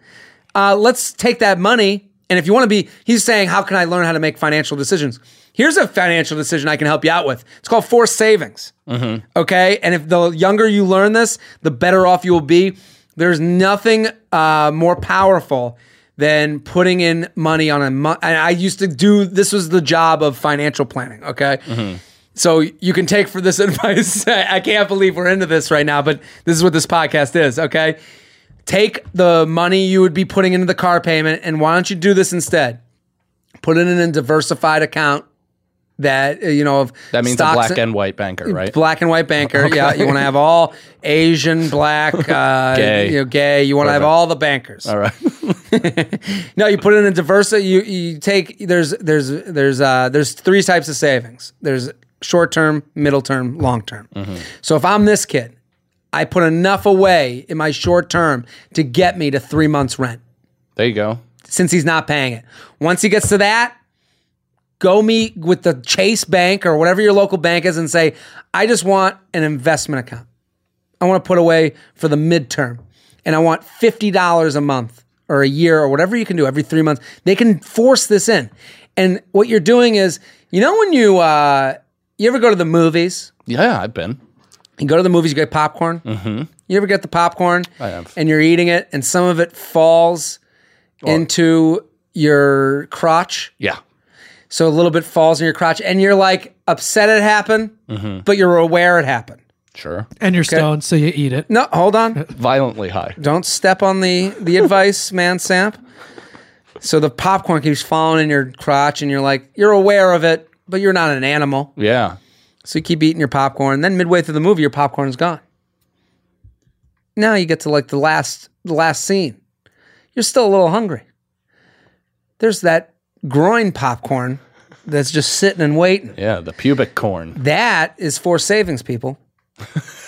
S2: Uh, let's take that money, and if you want to be, he's saying, how can I learn how to make financial decisions? Here's a financial decision I can help you out with. It's called forced savings. Okay. And if the younger you learn this, the better off you will be. There's nothing uh, more powerful than putting in money on a month. And I used to do this was the job of financial planning. Okay. So you can take for this advice. I can't believe we're into this right now, but this is what this podcast is. Okay. Take the money you would be putting into the car payment, and why don't you do this instead? Put it in a diversified account that, uh, you know, of
S3: That means a
S2: stocks
S3: black and white banker, right?
S2: black and white banker. Yeah, you want to have all Asian, black, uh,
S3: Gay.
S2: you know, gay. You want to have
S3: Perfect.
S2: all the bankers.
S3: All right.
S2: No, you put it in a diverse. You you take there's there's there's uh there's three types of savings. There's short term, middle term, long term. So if I'm this kid, I put enough away in my short term to get me to three months rent
S3: There you go.
S2: since he's not paying it. Once he gets to that, go meet with the Chase Bank or whatever your local bank is and say, I just want an investment account. I want to put away for the midterm and I want $50 a month or a year or whatever you can do every three months. They can force this in. And what you're doing is, you know, when you, uh, you ever go to the movies?
S3: Yeah, I've been.
S2: You go to the movies, you get popcorn. Mm-hmm. You ever get the popcorn? I
S3: have.
S2: And you're eating it, and some of it falls into your crotch.
S3: Yeah.
S2: So a little bit falls in your crotch, and you're like upset it happened, but you're aware it happened.
S3: Sure.
S4: and you're stoned, so you eat it.
S2: No, hold on.
S3: Violently high.
S2: Don't step on the the advice, man, Samp. So the popcorn keeps falling in your crotch, and you're like, you're aware of it, but you're not an animal.
S3: Yeah.
S2: So you keep eating your popcorn. Then midway through the movie, your popcorn's gone. now you get to like the last the last scene. You're still a little hungry. There's that groin popcorn that's just sitting and waiting.
S3: Yeah, the pubic corn.
S2: That is for savings, people.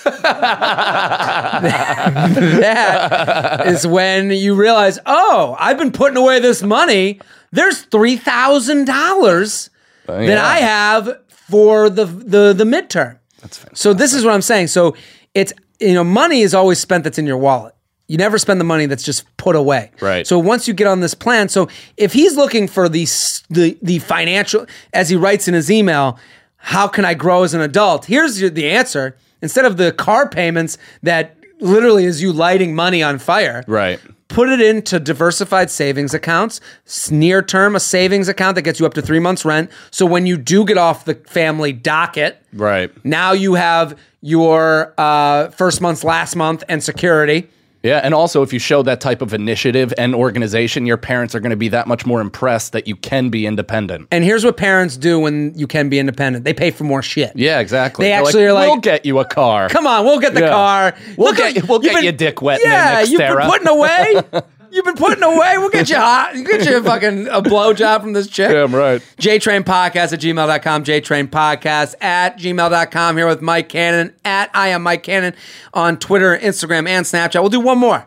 S2: that is when you realize, oh, I've been putting away this money. There's three thousand dollars that I have for the the the midterm. That's fantastic. So this is what I'm saying. So it's you know, money is always spent that's in your wallet. You never spend the money that's just put away.
S3: Right.
S2: So once you get on this plan, so if he's looking for the s- the the financial, as he writes in his email, how can I grow as an adult? Here's your, the answer. Instead of the car payments that literally is you lighting money on fire,
S3: Right.
S2: put it into diversified savings accounts S- near term a savings account that gets you up to three months rent so when you do get off the family docket
S3: Right.
S2: now you have your uh, first month's last month and security
S3: Yeah, and also if you show that type of initiative and organization, your parents are going to be that much more impressed that you can be independent.
S2: and here's what parents do when you can be independent they pay for more shit
S3: Yeah, exactly.
S2: They
S3: They're
S2: actually are like,
S3: we'll get you a car.
S2: come on we'll get the
S3: Yeah.
S2: car
S3: We'll
S2: how-
S3: get- we'll
S2: you've
S3: get your dick wet in the
S2: yeah
S3: next
S2: you've
S3: era.
S2: been putting away you've been putting away we'll get you hot you get you a fucking a blowjob from this chick
S3: Damn right.
S2: JTrain Podcast at gmail.com, JTrain Podcast at gmail.com here with Mike Cannon at I am Mike Cannon on Twitter, Instagram, and Snapchat. We'll do one more.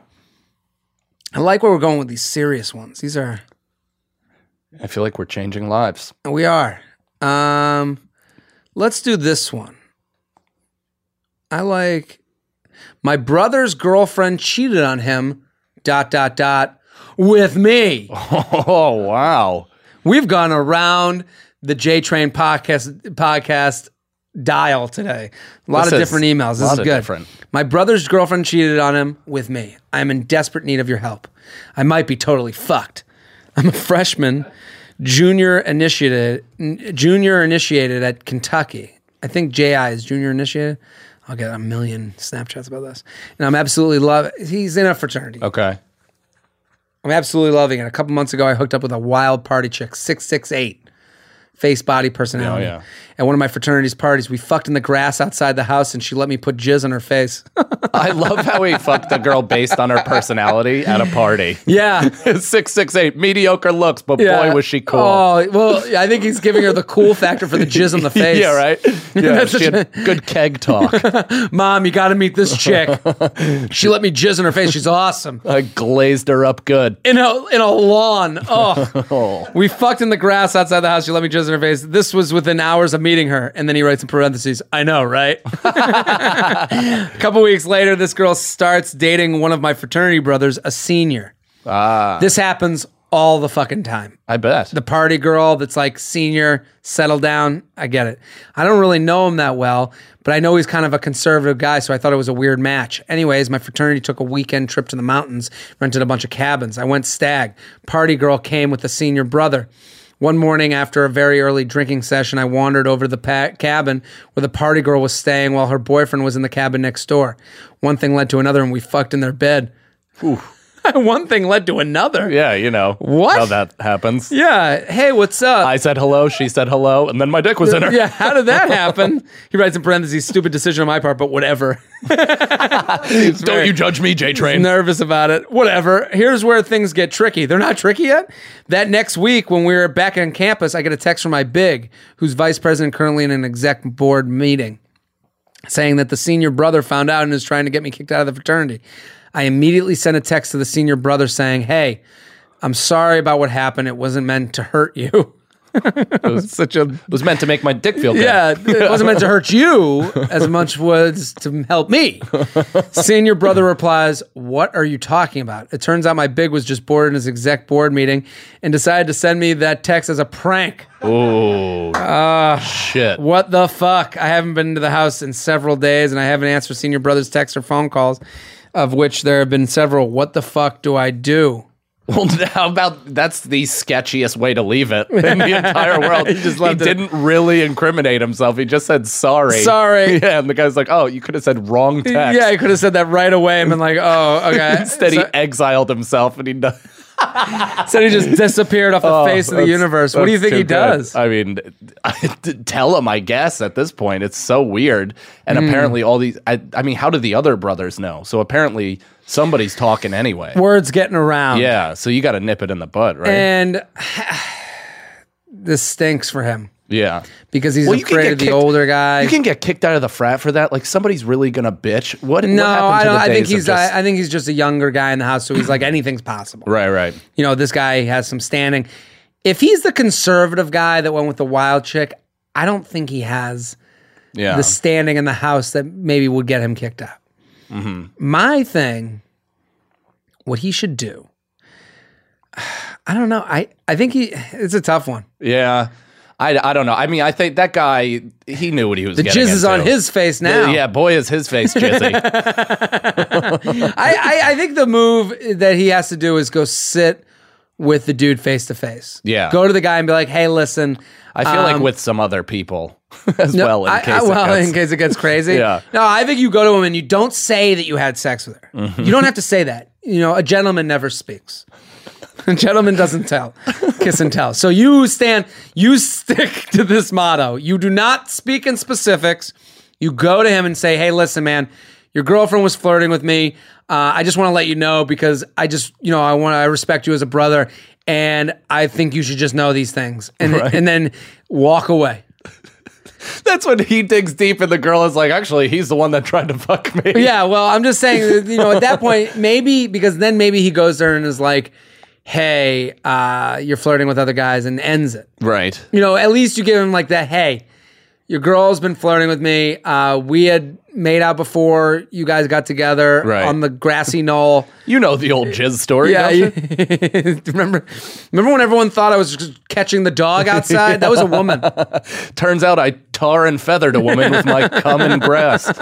S2: I like where we're going with these serious ones. These are
S3: I feel like we're changing lives.
S2: we are. Um let's do this one. I like my brother's girlfriend cheated on him, dot dot dot, with me.
S3: Oh wow.
S2: We've gone around the J Train podcast podcast dial today. A lot
S3: This
S2: of
S3: is-
S2: different emails. This
S3: lot
S2: is
S3: of
S2: good.
S3: different.
S2: My brother's girlfriend cheated on him with me. I'm in desperate need of your help. I might be totally fucked. I'm a freshman, junior initiated, n- junior initiated at Kentucky. I think JI is junior initiated. I'll get a million Snapchats about this. And I'm absolutely love. He's in a fraternity.
S3: Okay.
S2: I'm absolutely loving it. A couple months ago, I hooked up with a wild party chick, six six eight, face body personality.
S3: Oh, yeah.
S2: At one of my fraternity's parties, we fucked in the grass outside the house, and she let me put jizz on her face.
S3: I love how he fucked a girl based on her personality at a party.
S2: yeah,
S3: Six six eight mediocre looks, but boy was she cool.
S2: Oh well, I think he's giving her the cool factor for the jizz on the face.
S3: Yeah, right. Yeah, she had good keg talk.
S2: Mom, you got to meet this chick. she let me jizz in her face. She's awesome.
S3: I glazed her up good.
S2: in a in a lawn. Oh. we fucked in the grass outside the house. She let me jizz in her face. This was within hours of meeting her. And then he writes in parentheses, "I know, right?" a couple weeks later, this girl starts dating one of my fraternity brothers, a senior. Ah. This happens all the fucking time.
S3: I bet.
S2: The party girl that's like senior, settle down. I get it. I don't really know him that well, but I know he's kind of a conservative guy, so I thought it was a weird match. Anyways, my fraternity took a weekend trip to the mountains, rented a bunch of cabins. I went stag. Party girl came with a senior brother. One morning after a very early drinking session, I wandered over to the pa- cabin where the party girl was staying while her boyfriend was in the cabin next door. One thing led to another, and we fucked in their bed. One thing led to another.
S3: yeah, you know
S2: What?
S3: how that happens.
S2: Yeah. Hey, what's up?
S3: I said hello, she said hello, and then my dick was in her.
S2: Yeah, how did that happen? He writes in parentheses, stupid decision on my part, but whatever.
S3: Don't you judge me, J Train.
S2: Nervous about it. Whatever. Here's where things get tricky. They're not tricky yet. That next week, when we were back on campus, I get a text from my big, who's vice president currently in an exec board meeting, saying that the senior brother found out and is trying to get me kicked out of the fraternity. I immediately sent a text to the senior brother saying, Hey, I'm sorry about what happened. It wasn't meant to hurt you.
S3: Such a it was meant to make my dick feel good.
S2: Yeah, it wasn't meant to hurt you as much was to help me. Senior brother replies, "What are you talking about?" It turns out my big was just bored in his exec board meeting and decided to send me that text as a prank.
S3: Oh shit.
S2: What the fuck? I haven't been to the house in several days and I haven't answered senior brother's texts or phone calls, of which there have been several. What the fuck do I do?
S3: Well, how about that's the sketchiest way to leave it in the entire world. he just
S2: left it.
S3: didn't really incriminate himself. He just said sorry.
S2: Sorry.
S3: Yeah, and the guy's like, "Oh, you could have said wrong text."
S2: Yeah, I could have said that right away and been like, "Oh, okay."
S3: Instead,
S2: So-
S3: he exiled himself, and he.
S2: Said he just disappeared off the face of the
S3: Oh, That's-
S2: universe. What do you
S3: that's
S2: think he
S3: too good.
S2: does?
S3: I mean, I, tell him, I guess, at this point. It's so weird. And
S2: Hmm.
S3: apparently, all these, I, I mean, how do the other brothers know? So apparently, somebody's talking anyway.
S2: Words getting around.
S3: Yeah. So you got to nip it in the bud, right?
S2: And this stinks for him
S3: yeah.
S2: because he's
S3: Well, you can
S2: afraid
S3: get
S2: of the
S3: kicked-
S2: older guy.
S3: You can get kicked out of the frat for that. Like, somebody's really going to bitch. What,
S2: no,
S3: what happened
S2: I
S3: to
S2: don't.
S3: the
S2: I think
S3: days of
S2: he's.
S3: just-
S2: I, I think he's just a younger guy in the house, so he's like anything's possible.
S3: right, right.
S2: You know, this guy has some standing. If he's the conservative guy that went with the wild chick, I don't think he has
S3: Yeah.
S2: the standing in the house that maybe would get him kicked out.
S3: Mm-hmm.
S2: My thing, what he should do, I don't know. I, I think he, it's a tough one.
S3: yeah. I, I don't know. I mean, I think that guy, he knew what he was
S2: The
S3: getting
S2: jizz is on
S3: into.
S2: his face now.
S3: Yeah, boy, is his face jizzy.
S2: I, I, I think the move that he has to do is go sit with the dude face to face.
S3: Yeah.
S2: Go to the guy and be like, hey, listen.
S3: I feel like
S2: um,
S3: with some other people as
S2: no,
S3: well. In
S2: I- I-
S3: case it
S2: well,
S3: gets-
S2: in case it gets crazy.
S3: Yeah.
S2: No, I think you go to him and you don't say that you had sex with her.
S3: Mm-hmm.
S2: You don't have to say that. You know, a gentleman never speaks. A gentleman doesn't tell, kiss and tell. So you stand, you stick to this motto. You do not speak in specifics. You go to him and say, "Hey, listen, man, your girlfriend was flirting with me. Uh, I just want to let you know because I just, you know, I want, I respect you as a brother, and I think you should just know these things." And and then walk away.
S3: That's when he digs deep, and the girl is like, "Actually, he's the one that tried to fuck me."
S2: Yeah, well, I'm just saying, that, you know, at that point, maybe because then maybe he goes there and is like, "Hey, uh, you're flirting with other guys," and ends it.
S3: right.
S2: You know, at least you give him like that. Hey, your girl's been flirting with me. Uh, we had made out before you guys got together
S3: Right.
S2: on the grassy knoll.
S3: You know the old jizz story,
S2: Yeah,
S3: don't you?
S2: you- remember, remember when everyone thought I was just catching the dog outside? That was a woman.
S3: Turns out I tar and feathered a woman with my cum and breast.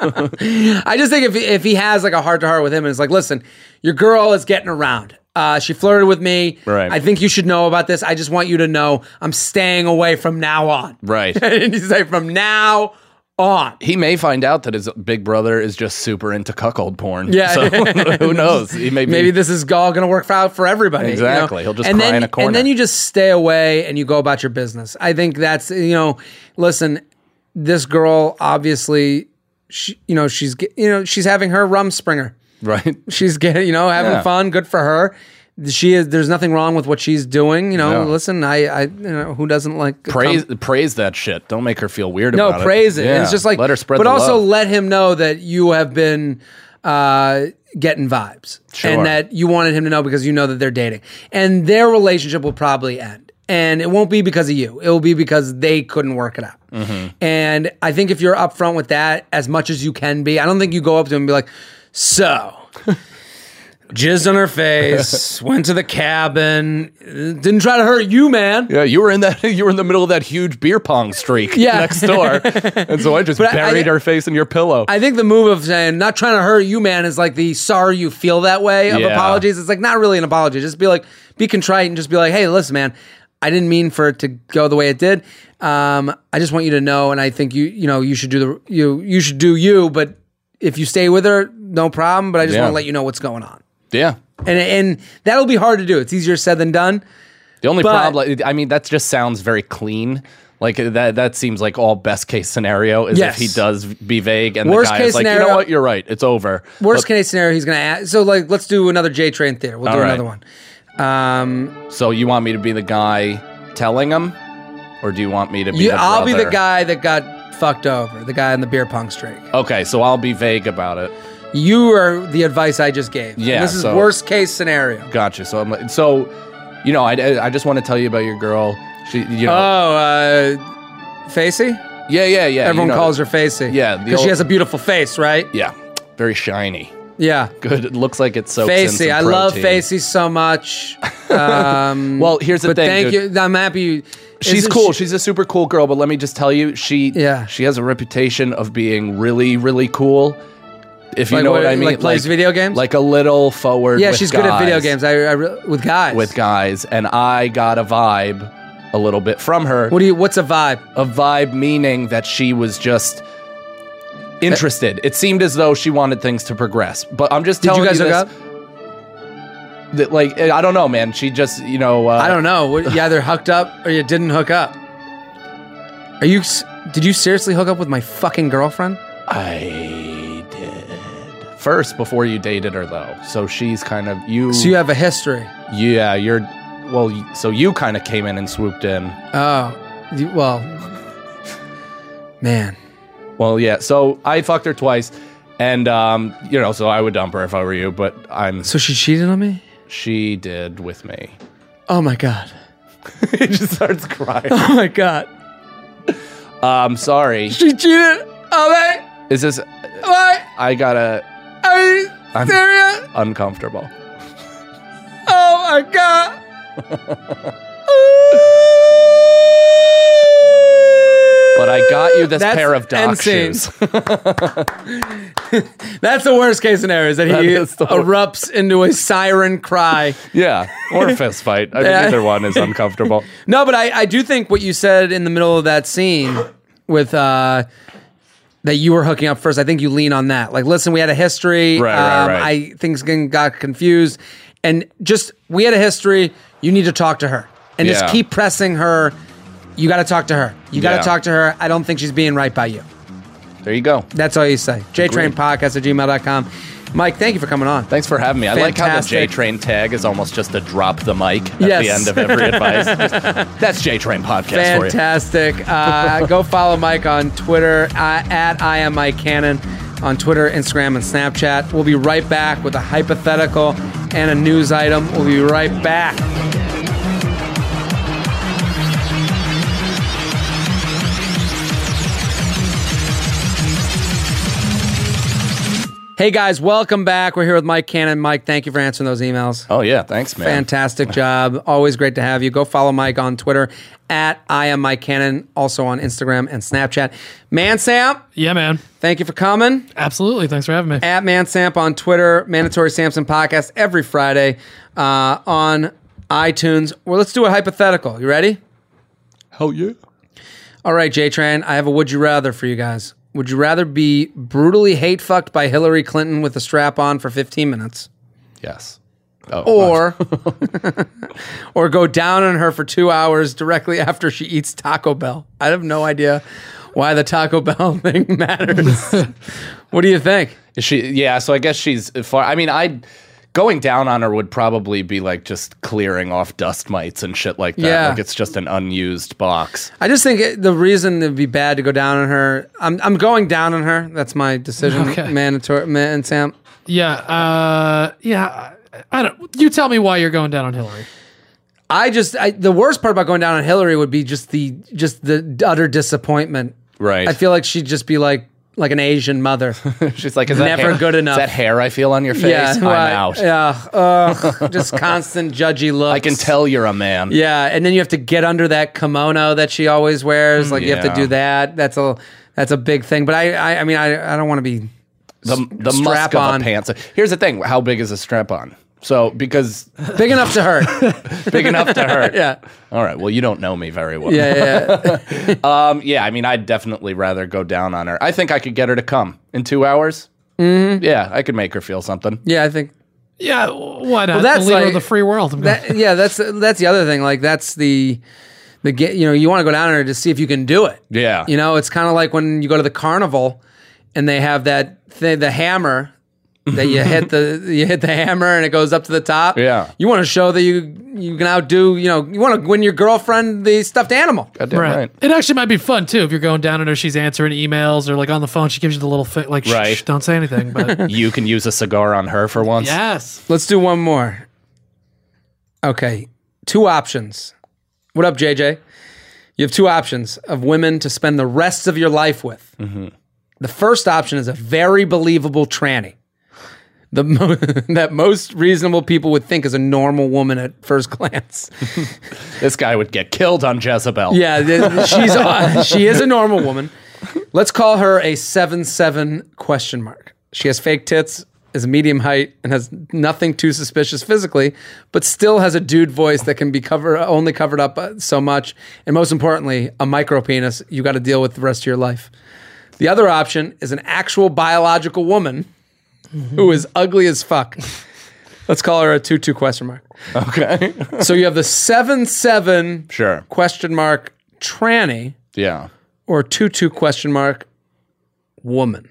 S2: I just think if if he has like a heart to heart with him and it's like, listen, your girl is getting around. Uh, she flirted with me.
S3: Right.
S2: I think you should know about this. I just want you to know I'm staying away from now on.
S3: Right.
S2: and he's like, from now on.
S3: He may find out that his big brother is just super into cuckold porn.
S2: Yeah.
S3: So who knows? He may be,
S2: Maybe this is all going to work out for everybody. you know?
S3: Exactly. He'll just
S2: and
S3: cry
S2: then,
S3: in a corner.
S2: And then you just stay away and you go about your business. I think that's you know, listen, this girl obviously, she, you know, she's ge- you know she's having her rum springer.
S3: right.
S2: she's getting you know having
S3: Yeah.
S2: fun good for her she is there's nothing wrong with what she's doing you know
S3: Yeah.
S2: listen i i you know who doesn't like a
S3: Praise
S2: com-
S3: praise that shit. Don't make her feel weird
S2: no
S3: about it.
S2: praise it, And it's
S3: Yeah.
S2: just like
S3: let her spread.
S2: but
S3: the
S2: also
S3: love.
S2: let him know that you have been uh getting vibes
S3: Sure.
S2: and that you wanted him to know because you know that they're dating and their relationship will probably end and it won't be because of you it will be because they couldn't work it out
S3: Mm-hmm.
S2: and i think if you're upfront with that as much as you can be i don't think you go up to him and be like so jizzed on her face went to the cabin didn't try to hurt you man
S3: Yeah, you were in that. You were in the middle of that huge beer pong streak
S2: Yeah.
S3: next door, and so I just
S2: But I-
S3: buried
S2: I-
S3: her face in your pillow.
S2: I think the move of saying not trying to hurt you, man, is like the sorry you feel that way of
S3: Yeah.
S2: apologies. It's like not really an apology. Just be like, be contrite and just be like, hey, listen, man, I didn't mean for it to go the way it did. Um, I just want you to know, and I think you, you know, you should do the you you should do you, but if you stay with her, no problem. But I just
S3: Yeah.
S2: want to let you know what's going on,
S3: yeah,
S2: and and that'll be hard to do. It's easier said than done.
S3: The only
S2: But-
S3: problem, I mean, that just sounds very clean. Like that, that seems like all best case scenario is
S2: Yes.
S3: if he does be vague and
S2: Worst
S3: the guy
S2: case
S3: is like, you
S2: scenario-
S3: know what, you're right, it's over.
S2: Worst case scenario, he's gonna ask. So like, let's do another J train theater. We'll do
S3: All right.
S2: another one. Um,
S3: So you want me to be the guy telling him, or do you want me to be?
S2: You,
S3: the
S2: I'll be the
S3: brother?
S2: guy that got fucked over, the guy in the beer pong streak.
S3: Okay, so I'll be vague about it.
S2: You are the advice I just gave.
S3: Yeah,
S2: this is
S3: so-
S2: worst case scenario.
S3: Gotcha. So I'm like, so, you know, I, I just want to tell you about your girl. She, you know,
S2: Oh, uh, Facey?
S3: yeah, yeah, yeah.
S2: Everyone
S3: you know,
S2: calls her Facey.
S3: Yeah, the
S2: Because she
S3: old-
S2: has a beautiful face, right?
S3: Yeah, very shiny.
S2: Yeah.
S3: Good. It looks like it's soaks in some
S2: Facey. I love
S3: protein.
S2: Facey so much.
S3: Well, here's the
S2: But
S3: thing.
S2: thank
S3: dude.
S2: you. I'm happy you.
S3: She's
S2: Isn't
S3: cool.
S2: she-
S3: She's a super cool girl, but let me just tell you, she
S2: Yeah.
S3: she has a reputation of being really, really cool. If you
S2: Like
S3: know
S2: what-
S3: what, I mean,
S2: like plays video games?
S3: like a little forward.
S2: yeah,
S3: with
S2: she's good at video
S3: guys-
S2: games. I, I re- with guys.
S3: with guys, and I got a vibe a little bit from her.
S2: What do you? What's a vibe?
S3: a vibe meaning that she was just interested. It seemed as though she wanted things to progress. But I'm just
S2: Did
S3: telling
S2: you guys
S3: you
S2: hook
S3: this.
S2: up?
S3: that, like I don't know, man. She just you know. Uh,
S2: I don't know. What- You either hooked up or you didn't hook up. Are you? s- Did you seriously hook up with my fucking girlfriend?
S3: I did first before you dated her though, so she's kind of you.
S2: So you have a history.
S3: yeah, you're. Well, y- so you kind of came in and swooped in.
S2: Oh, you, well, man.
S3: Well, yeah. So I fucked her twice, and um, you know, so I would dump her if I were you. But I'm.
S2: So she cheated on me.
S3: She did with me.
S2: Oh my god.
S3: he just starts crying.
S2: Oh my god.
S3: I'm sorry.
S2: She cheated on me.
S3: Is this?
S2: What?
S3: I gotta
S2: Are you
S3: I'm-
S2: serious?
S3: uncomfortable.
S2: Oh my god.
S3: But I got you this
S2: That's
S3: pair of dock
S2: insane.
S3: shoes.
S2: That's the worst case scenario is that
S3: That
S2: he
S3: is the
S2: erupts into a siren cry.
S3: yeah, or fist fight. I mean,
S2: Yeah.
S3: either one is uncomfortable.
S2: No, but I, I do think what you said in the middle of that scene with uh that you were hooking up first, I think you lean on that. Like, listen, we had a history. Um,
S3: Right, right, right.
S2: I things getting- got confused. And just we had a history, you need to talk to her. And
S3: Yeah.
S2: just keep pressing her. You gotta talk to her. You gotta
S3: Yeah.
S2: talk to her. I don't think she's being right by you.
S3: There you go.
S2: That's all you say. JTrainPodcast at gmail.com. Mike, thank you for coming on.
S3: Thanks for having me. I like how the J
S2: Fantastic.
S3: Train tag is almost just to drop the mic at
S2: Yes.
S3: the end of every advice. Just, That's J Train podcast for you.
S2: Fantastic. Uh, go follow Mike on Twitter uh, at I am Mike Cannon on Twitter, Instagram, and Snapchat. We'll be right back with a hypothetical and a news item. We'll be right back. Hey guys, welcome back. We're here with Mike Cannon. Mike, thank you for answering those emails.
S3: Oh yeah, thanks, man.
S2: Fantastic job. Always great to have you. Go follow Mike on Twitter at I am Mike Cannon, also on Instagram and Snapchat. Mansamp,
S4: Yeah, man.
S2: thank you for coming.
S4: Absolutely. Thanks for having me.
S2: At Mansamp on Twitter, Mandatory Samson Podcast every Friday uh, on iTunes. Well, let's do a hypothetical. You ready?
S3: Hell yeah.
S2: All right, J Train, I have a would you rather for you guys. Would you rather be brutally hate fucked by Hillary Clinton with a strap on for 15 minutes?
S3: Yes. Oh,
S2: or or go down on her for two hours directly after she eats Taco Bell. I have no idea why the Taco Bell thing matters. what do you think?
S3: Is She yeah, so I guess she's far I mean I going down on her would probably be like just clearing off dust mites and shit like that.
S2: Yeah.
S3: Like it's just an unused box.
S2: I just think it, the reason it'd be bad to go down on her. I'm I'm going down on her. That's my decision.
S4: Okay.
S2: Mandatory man Sam.
S4: Yeah. Uh, yeah. I I don't. You tell me why you're going down on Hillary.
S2: I just I, the worst part about going down on Hillary would be just the just the utter disappointment.
S3: Right.
S2: I feel like she'd just be like like an Asian mother.
S3: She's like, is that
S2: Never
S3: hair-
S2: good enough.
S3: Is that hair I feel on your face? I'm
S2: right.
S3: out.
S2: Yeah, ugh, just constant judgy looks.
S3: I can tell you're a man.
S2: Yeah, and then you have to get under that kimono that she always wears. Like you have to
S3: Mm, Yeah.
S2: do that. That's a that's a big thing. But I I, I mean I I don't want to be.
S3: The, the
S2: Strap
S3: musk of
S2: on.
S3: a pants. Here's the thing: how big is a strap on? So because
S2: Big enough to hurt.
S3: big enough to hurt.
S2: Yeah.
S3: All right. Well, you don't know me very well.
S2: Yeah, yeah, yeah.
S3: Um, yeah. I mean, I'd definitely rather go down on her. I think I could get her to come in two hours. Mm-hmm. Yeah, I could make her feel something.
S2: yeah. I think
S4: Yeah. Why not?
S2: that's
S4: the leader
S2: like-
S4: of the free world. I'm going,
S2: that. Yeah, that's that's the other thing. Like that's the the get. You know, you want to go down there to see if you can do it.
S3: Yeah.
S2: You know, it's kind of like when you go to the carnival and they have that th- the hammer that you hit the you hit the hammer and it goes up to the top.
S3: Yeah.
S2: You want to show that you you can outdo, you know, you want to win your girlfriend the stuffed animal.
S3: Goddamn
S4: right.
S3: right.
S4: It actually might be fun too if you're going down on her. She's answering emails or like on the phone. She gives you the little thing like, shh,
S3: Right.
S4: shh, don't say anything. But
S3: You can use a cigar on her for once.
S4: yes.
S2: Let's do one more. Okay. Two options. What up, JJ? You have two options of women to spend the rest of your life with. The first option is a very believable tranny. The mo- that most reasonable people would think is a normal woman at first glance.
S3: This guy would get killed on Jezebel.
S2: Yeah, th- th- she's a- she is a normal woman. Let's call her a seven seven question mark. She has fake tits, is medium height, and has nothing too suspicious physically, but still has a dude voice that can be cover only covered up uh, so much, and most importantly, a micro penis you got to deal with the rest of your life. The other option is an actual biological woman who is ugly as fuck. Let's call her a two-two question mark.
S3: Okay.
S2: So you have the seven-seven
S3: Sure.
S2: question mark tranny
S3: Yeah.
S2: or two-two question mark woman.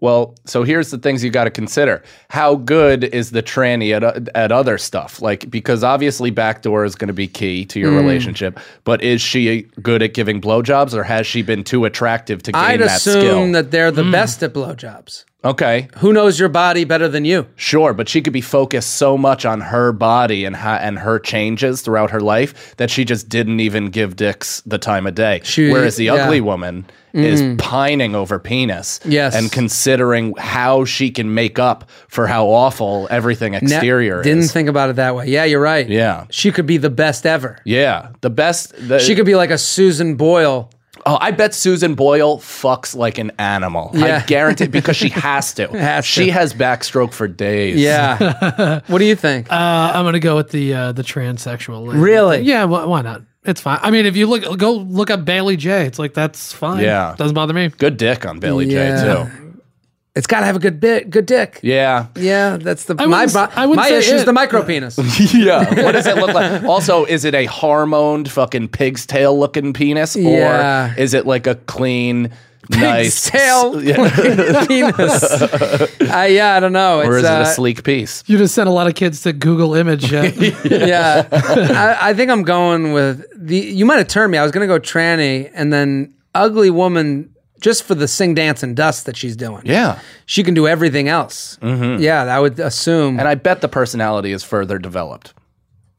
S3: Well, so here's the things you got to consider. How good is the tranny at, at other stuff? Like, because obviously backdoor is going to be key to
S2: Hmm.
S3: your relationship, but is she good at giving blowjobs or has she been too attractive to gain
S2: I'd
S3: that skill?
S2: assume that they're
S4: Hmm.
S2: the best at blowjobs.
S3: okay,
S2: Who knows your body better than you?
S3: sure, but she could be focused so much on her body and, ha- and her changes throughout her life that she just didn't even give dicks the time of day.
S2: She-
S3: Whereas the
S2: yeah. Mm.
S3: ugly woman is pining over penis
S2: Yes.
S3: and considering how she can make up for how awful everything
S2: Ne-
S3: exterior is.
S2: Didn't think about it that way. Yeah, you're right.
S3: Yeah.
S2: She could be the best ever.
S3: Yeah, the best. The,
S2: She could be like a Susan Boyle.
S3: Oh, I bet Susan Boyle fucks like an animal.
S2: Yeah.
S3: I guarantee it because she has to.
S2: Has to.
S3: she has backstroke for days.
S2: Yeah. what do you think?
S4: Uh, I'm gonna go with the uh, the transsexual. lady.
S2: Really?
S4: Yeah. Wh- why not? It's fine. I mean, if you look, go look up Bailey J. It's like that's fine.
S3: Yeah.
S4: doesn't bother me.
S3: Good dick on Billy
S2: Yeah.
S3: J too.
S2: it's got to have a good bit, good dick.
S3: Yeah.
S2: Yeah, that's the
S4: I
S2: my
S4: wouldn't s-
S2: bo-
S4: I wouldn't
S2: my
S4: say
S2: issue is
S4: it.
S2: the micro penis.
S3: Yeah. What does it look like? Also, is it a hormoned fucking pig's tail looking penis
S2: Yeah.
S3: or is it like a clean, nice
S2: tail.
S3: Yeah.
S2: penis. I, yeah, I don't know. It's,
S3: or is it
S2: uh,
S3: a sleek piece?
S4: You just sent a lot of kids to Google image. uh,
S2: yeah, I, I think I'm going with the. You might have turned me. I was gonna go tranny and then ugly woman just for the sing, dance, and dust that she's doing.
S3: Yeah. Mm-hmm.
S2: she can do everything else. Yeah, I would assume.
S3: And I bet the personality is further developed.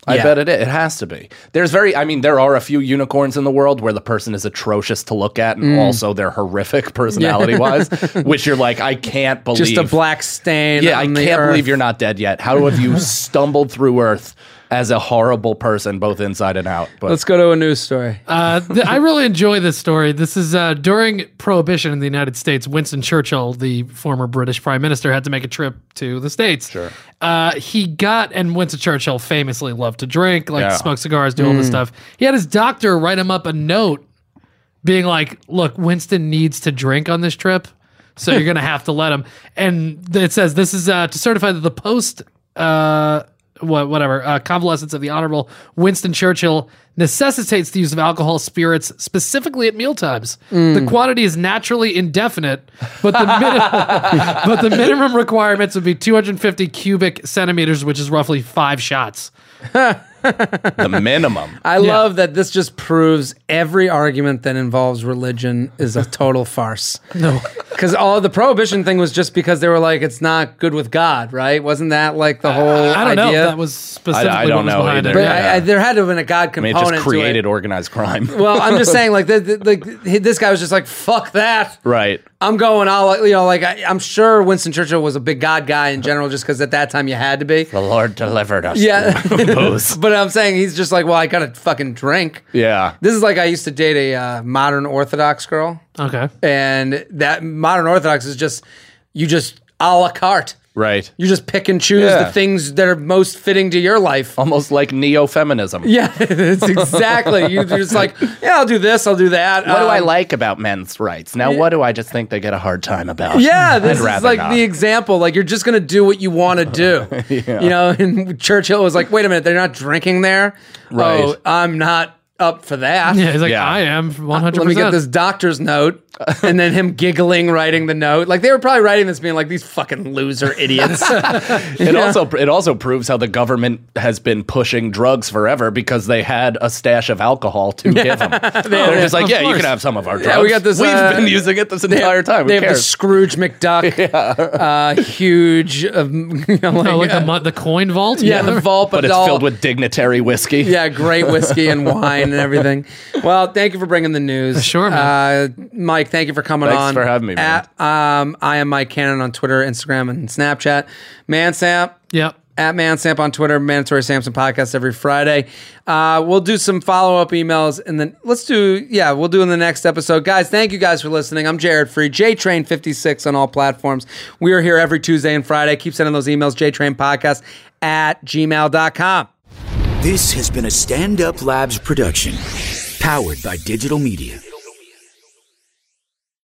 S3: I
S2: Yeah.
S3: bet it it has to be. There's very I mean there are a few unicorns in the world where the person is atrocious to look at and
S2: Mm.
S3: also they're horrific personality wise which you're like I can't believe
S2: just a black stain.
S3: Yeah, I
S2: on
S3: can't
S2: the
S3: believe
S2: earth.
S3: you're not dead yet. How have you stumbled through earth as a horrible person both inside and out? But
S2: Let's go to a news story.
S4: Uh, th- I really enjoy this story. This is uh, during Prohibition in the United States. Winston Churchill, the former British Prime Minister, had to make a trip to the States. Sure. Uh, he got, and Winston Churchill famously loved to drink, like
S3: Yeah.
S4: smoke cigars, do all this stuff. He had his doctor write him up a note being like, look, Winston needs to drink on this trip, so you're gonna have to let him. And th- it says this is uh, to certify that the post, uh, what whatever, uh, convalescence of the honorable Winston Churchill necessitates the use of alcohol, spirits, specifically at mealtimes.
S2: Mm.
S4: The quantity is naturally indefinite, but the minimum, but the minimum requirements would be 250 cubic centimeters, which is roughly five shots.
S3: the minimum.
S2: I love that this just proves every argument that involves religion is a total farce.
S4: No.
S2: Because all the prohibition thing was just because they were like, it's not good with God, right? Wasn't that like the whole
S4: I don't know.
S2: idea?
S4: if That was specifically
S3: I- I don't
S4: what was
S3: know
S4: behind
S3: either.
S4: it.
S2: But
S4: Yeah.
S2: I, I, there had to have been a God
S3: I mean,
S2: component.
S3: it just
S2: to it.
S3: created organized crime.
S2: Well, I'm just saying, like, the, the, like he- this guy was just like, "Fuck that."
S3: right.
S2: I'm going all, you know, like I, I'm sure Winston Churchill was a big God guy in general, just because at that time you had to be.
S3: The Lord delivered us.
S2: Yeah.
S3: from those.
S2: But I'm saying he's just like, well, I gotta fucking drink.
S3: yeah.
S2: This is like I used to date a uh, modern Orthodox girl,
S4: okay.
S2: and that modern Orthodox is just you just a la carte.
S3: Right.
S2: You just pick and choose
S3: Yeah.
S2: the things that are most fitting to your life.
S3: Almost like neo-feminism.
S2: Yeah, it's exactly. You- You're just like, yeah, I'll do this, I'll do that.
S3: What do I
S2: Um,
S3: like about men's rights? Now, what do I just think they get a hard time about?
S2: Yeah, this is
S3: rather
S2: like
S3: not.
S2: the example. Like you're just gonna do what you want to do. You know, and Churchill was like, "Wait a minute, they're not drinking there.
S3: Right.
S2: Oh, I'm not up for that. Uh,
S4: Yeah, he's like,
S3: Yeah.
S4: I am 100.
S2: Let me get this doctor's note, and then him giggling, writing the note. Like they were probably writing this, being like, "These fucking loser idiots."
S3: It also it also proves how the government has been pushing drugs forever because they had a stash of alcohol to give them. They're just like,
S4: of
S3: yeah, you
S4: course.
S3: can have some of our drugs.
S2: we got this,
S3: We've
S2: uh,
S3: been using it this entire time.
S2: they
S3: Who
S2: have the
S3: cares?
S2: Scrooge McDuck, uh, huge, um, you know, like,
S4: Oh, like
S2: uh,
S4: the, mo- the coin vault.
S2: yeah, the vault,
S3: but it's
S2: all-
S3: filled with dignitary whiskey.
S2: Yeah, great whiskey and wine and everything. Well, thank you for bringing the news.
S4: Sure,
S2: Uh, Mike, thank you for coming
S3: Thanks
S2: on.
S3: for having me, man.
S2: At, um, I am Mike Cannon on Twitter, Instagram, and Snapchat. Mansamp.
S4: Yep.
S2: At Mansamp on Twitter, Mandatory Samson podcast every Friday. Uh, we'll do some follow up emails and then let's do, yeah, we'll do in the next episode. Guys, thank you guys for listening. I'm Jared Free, JTrain56 on all platforms. We are here every Tuesday and Friday. Keep sending those emails, JTrainPodcast at gmail.com.
S1: This has been a Stand Up Labs production, powered by digital media.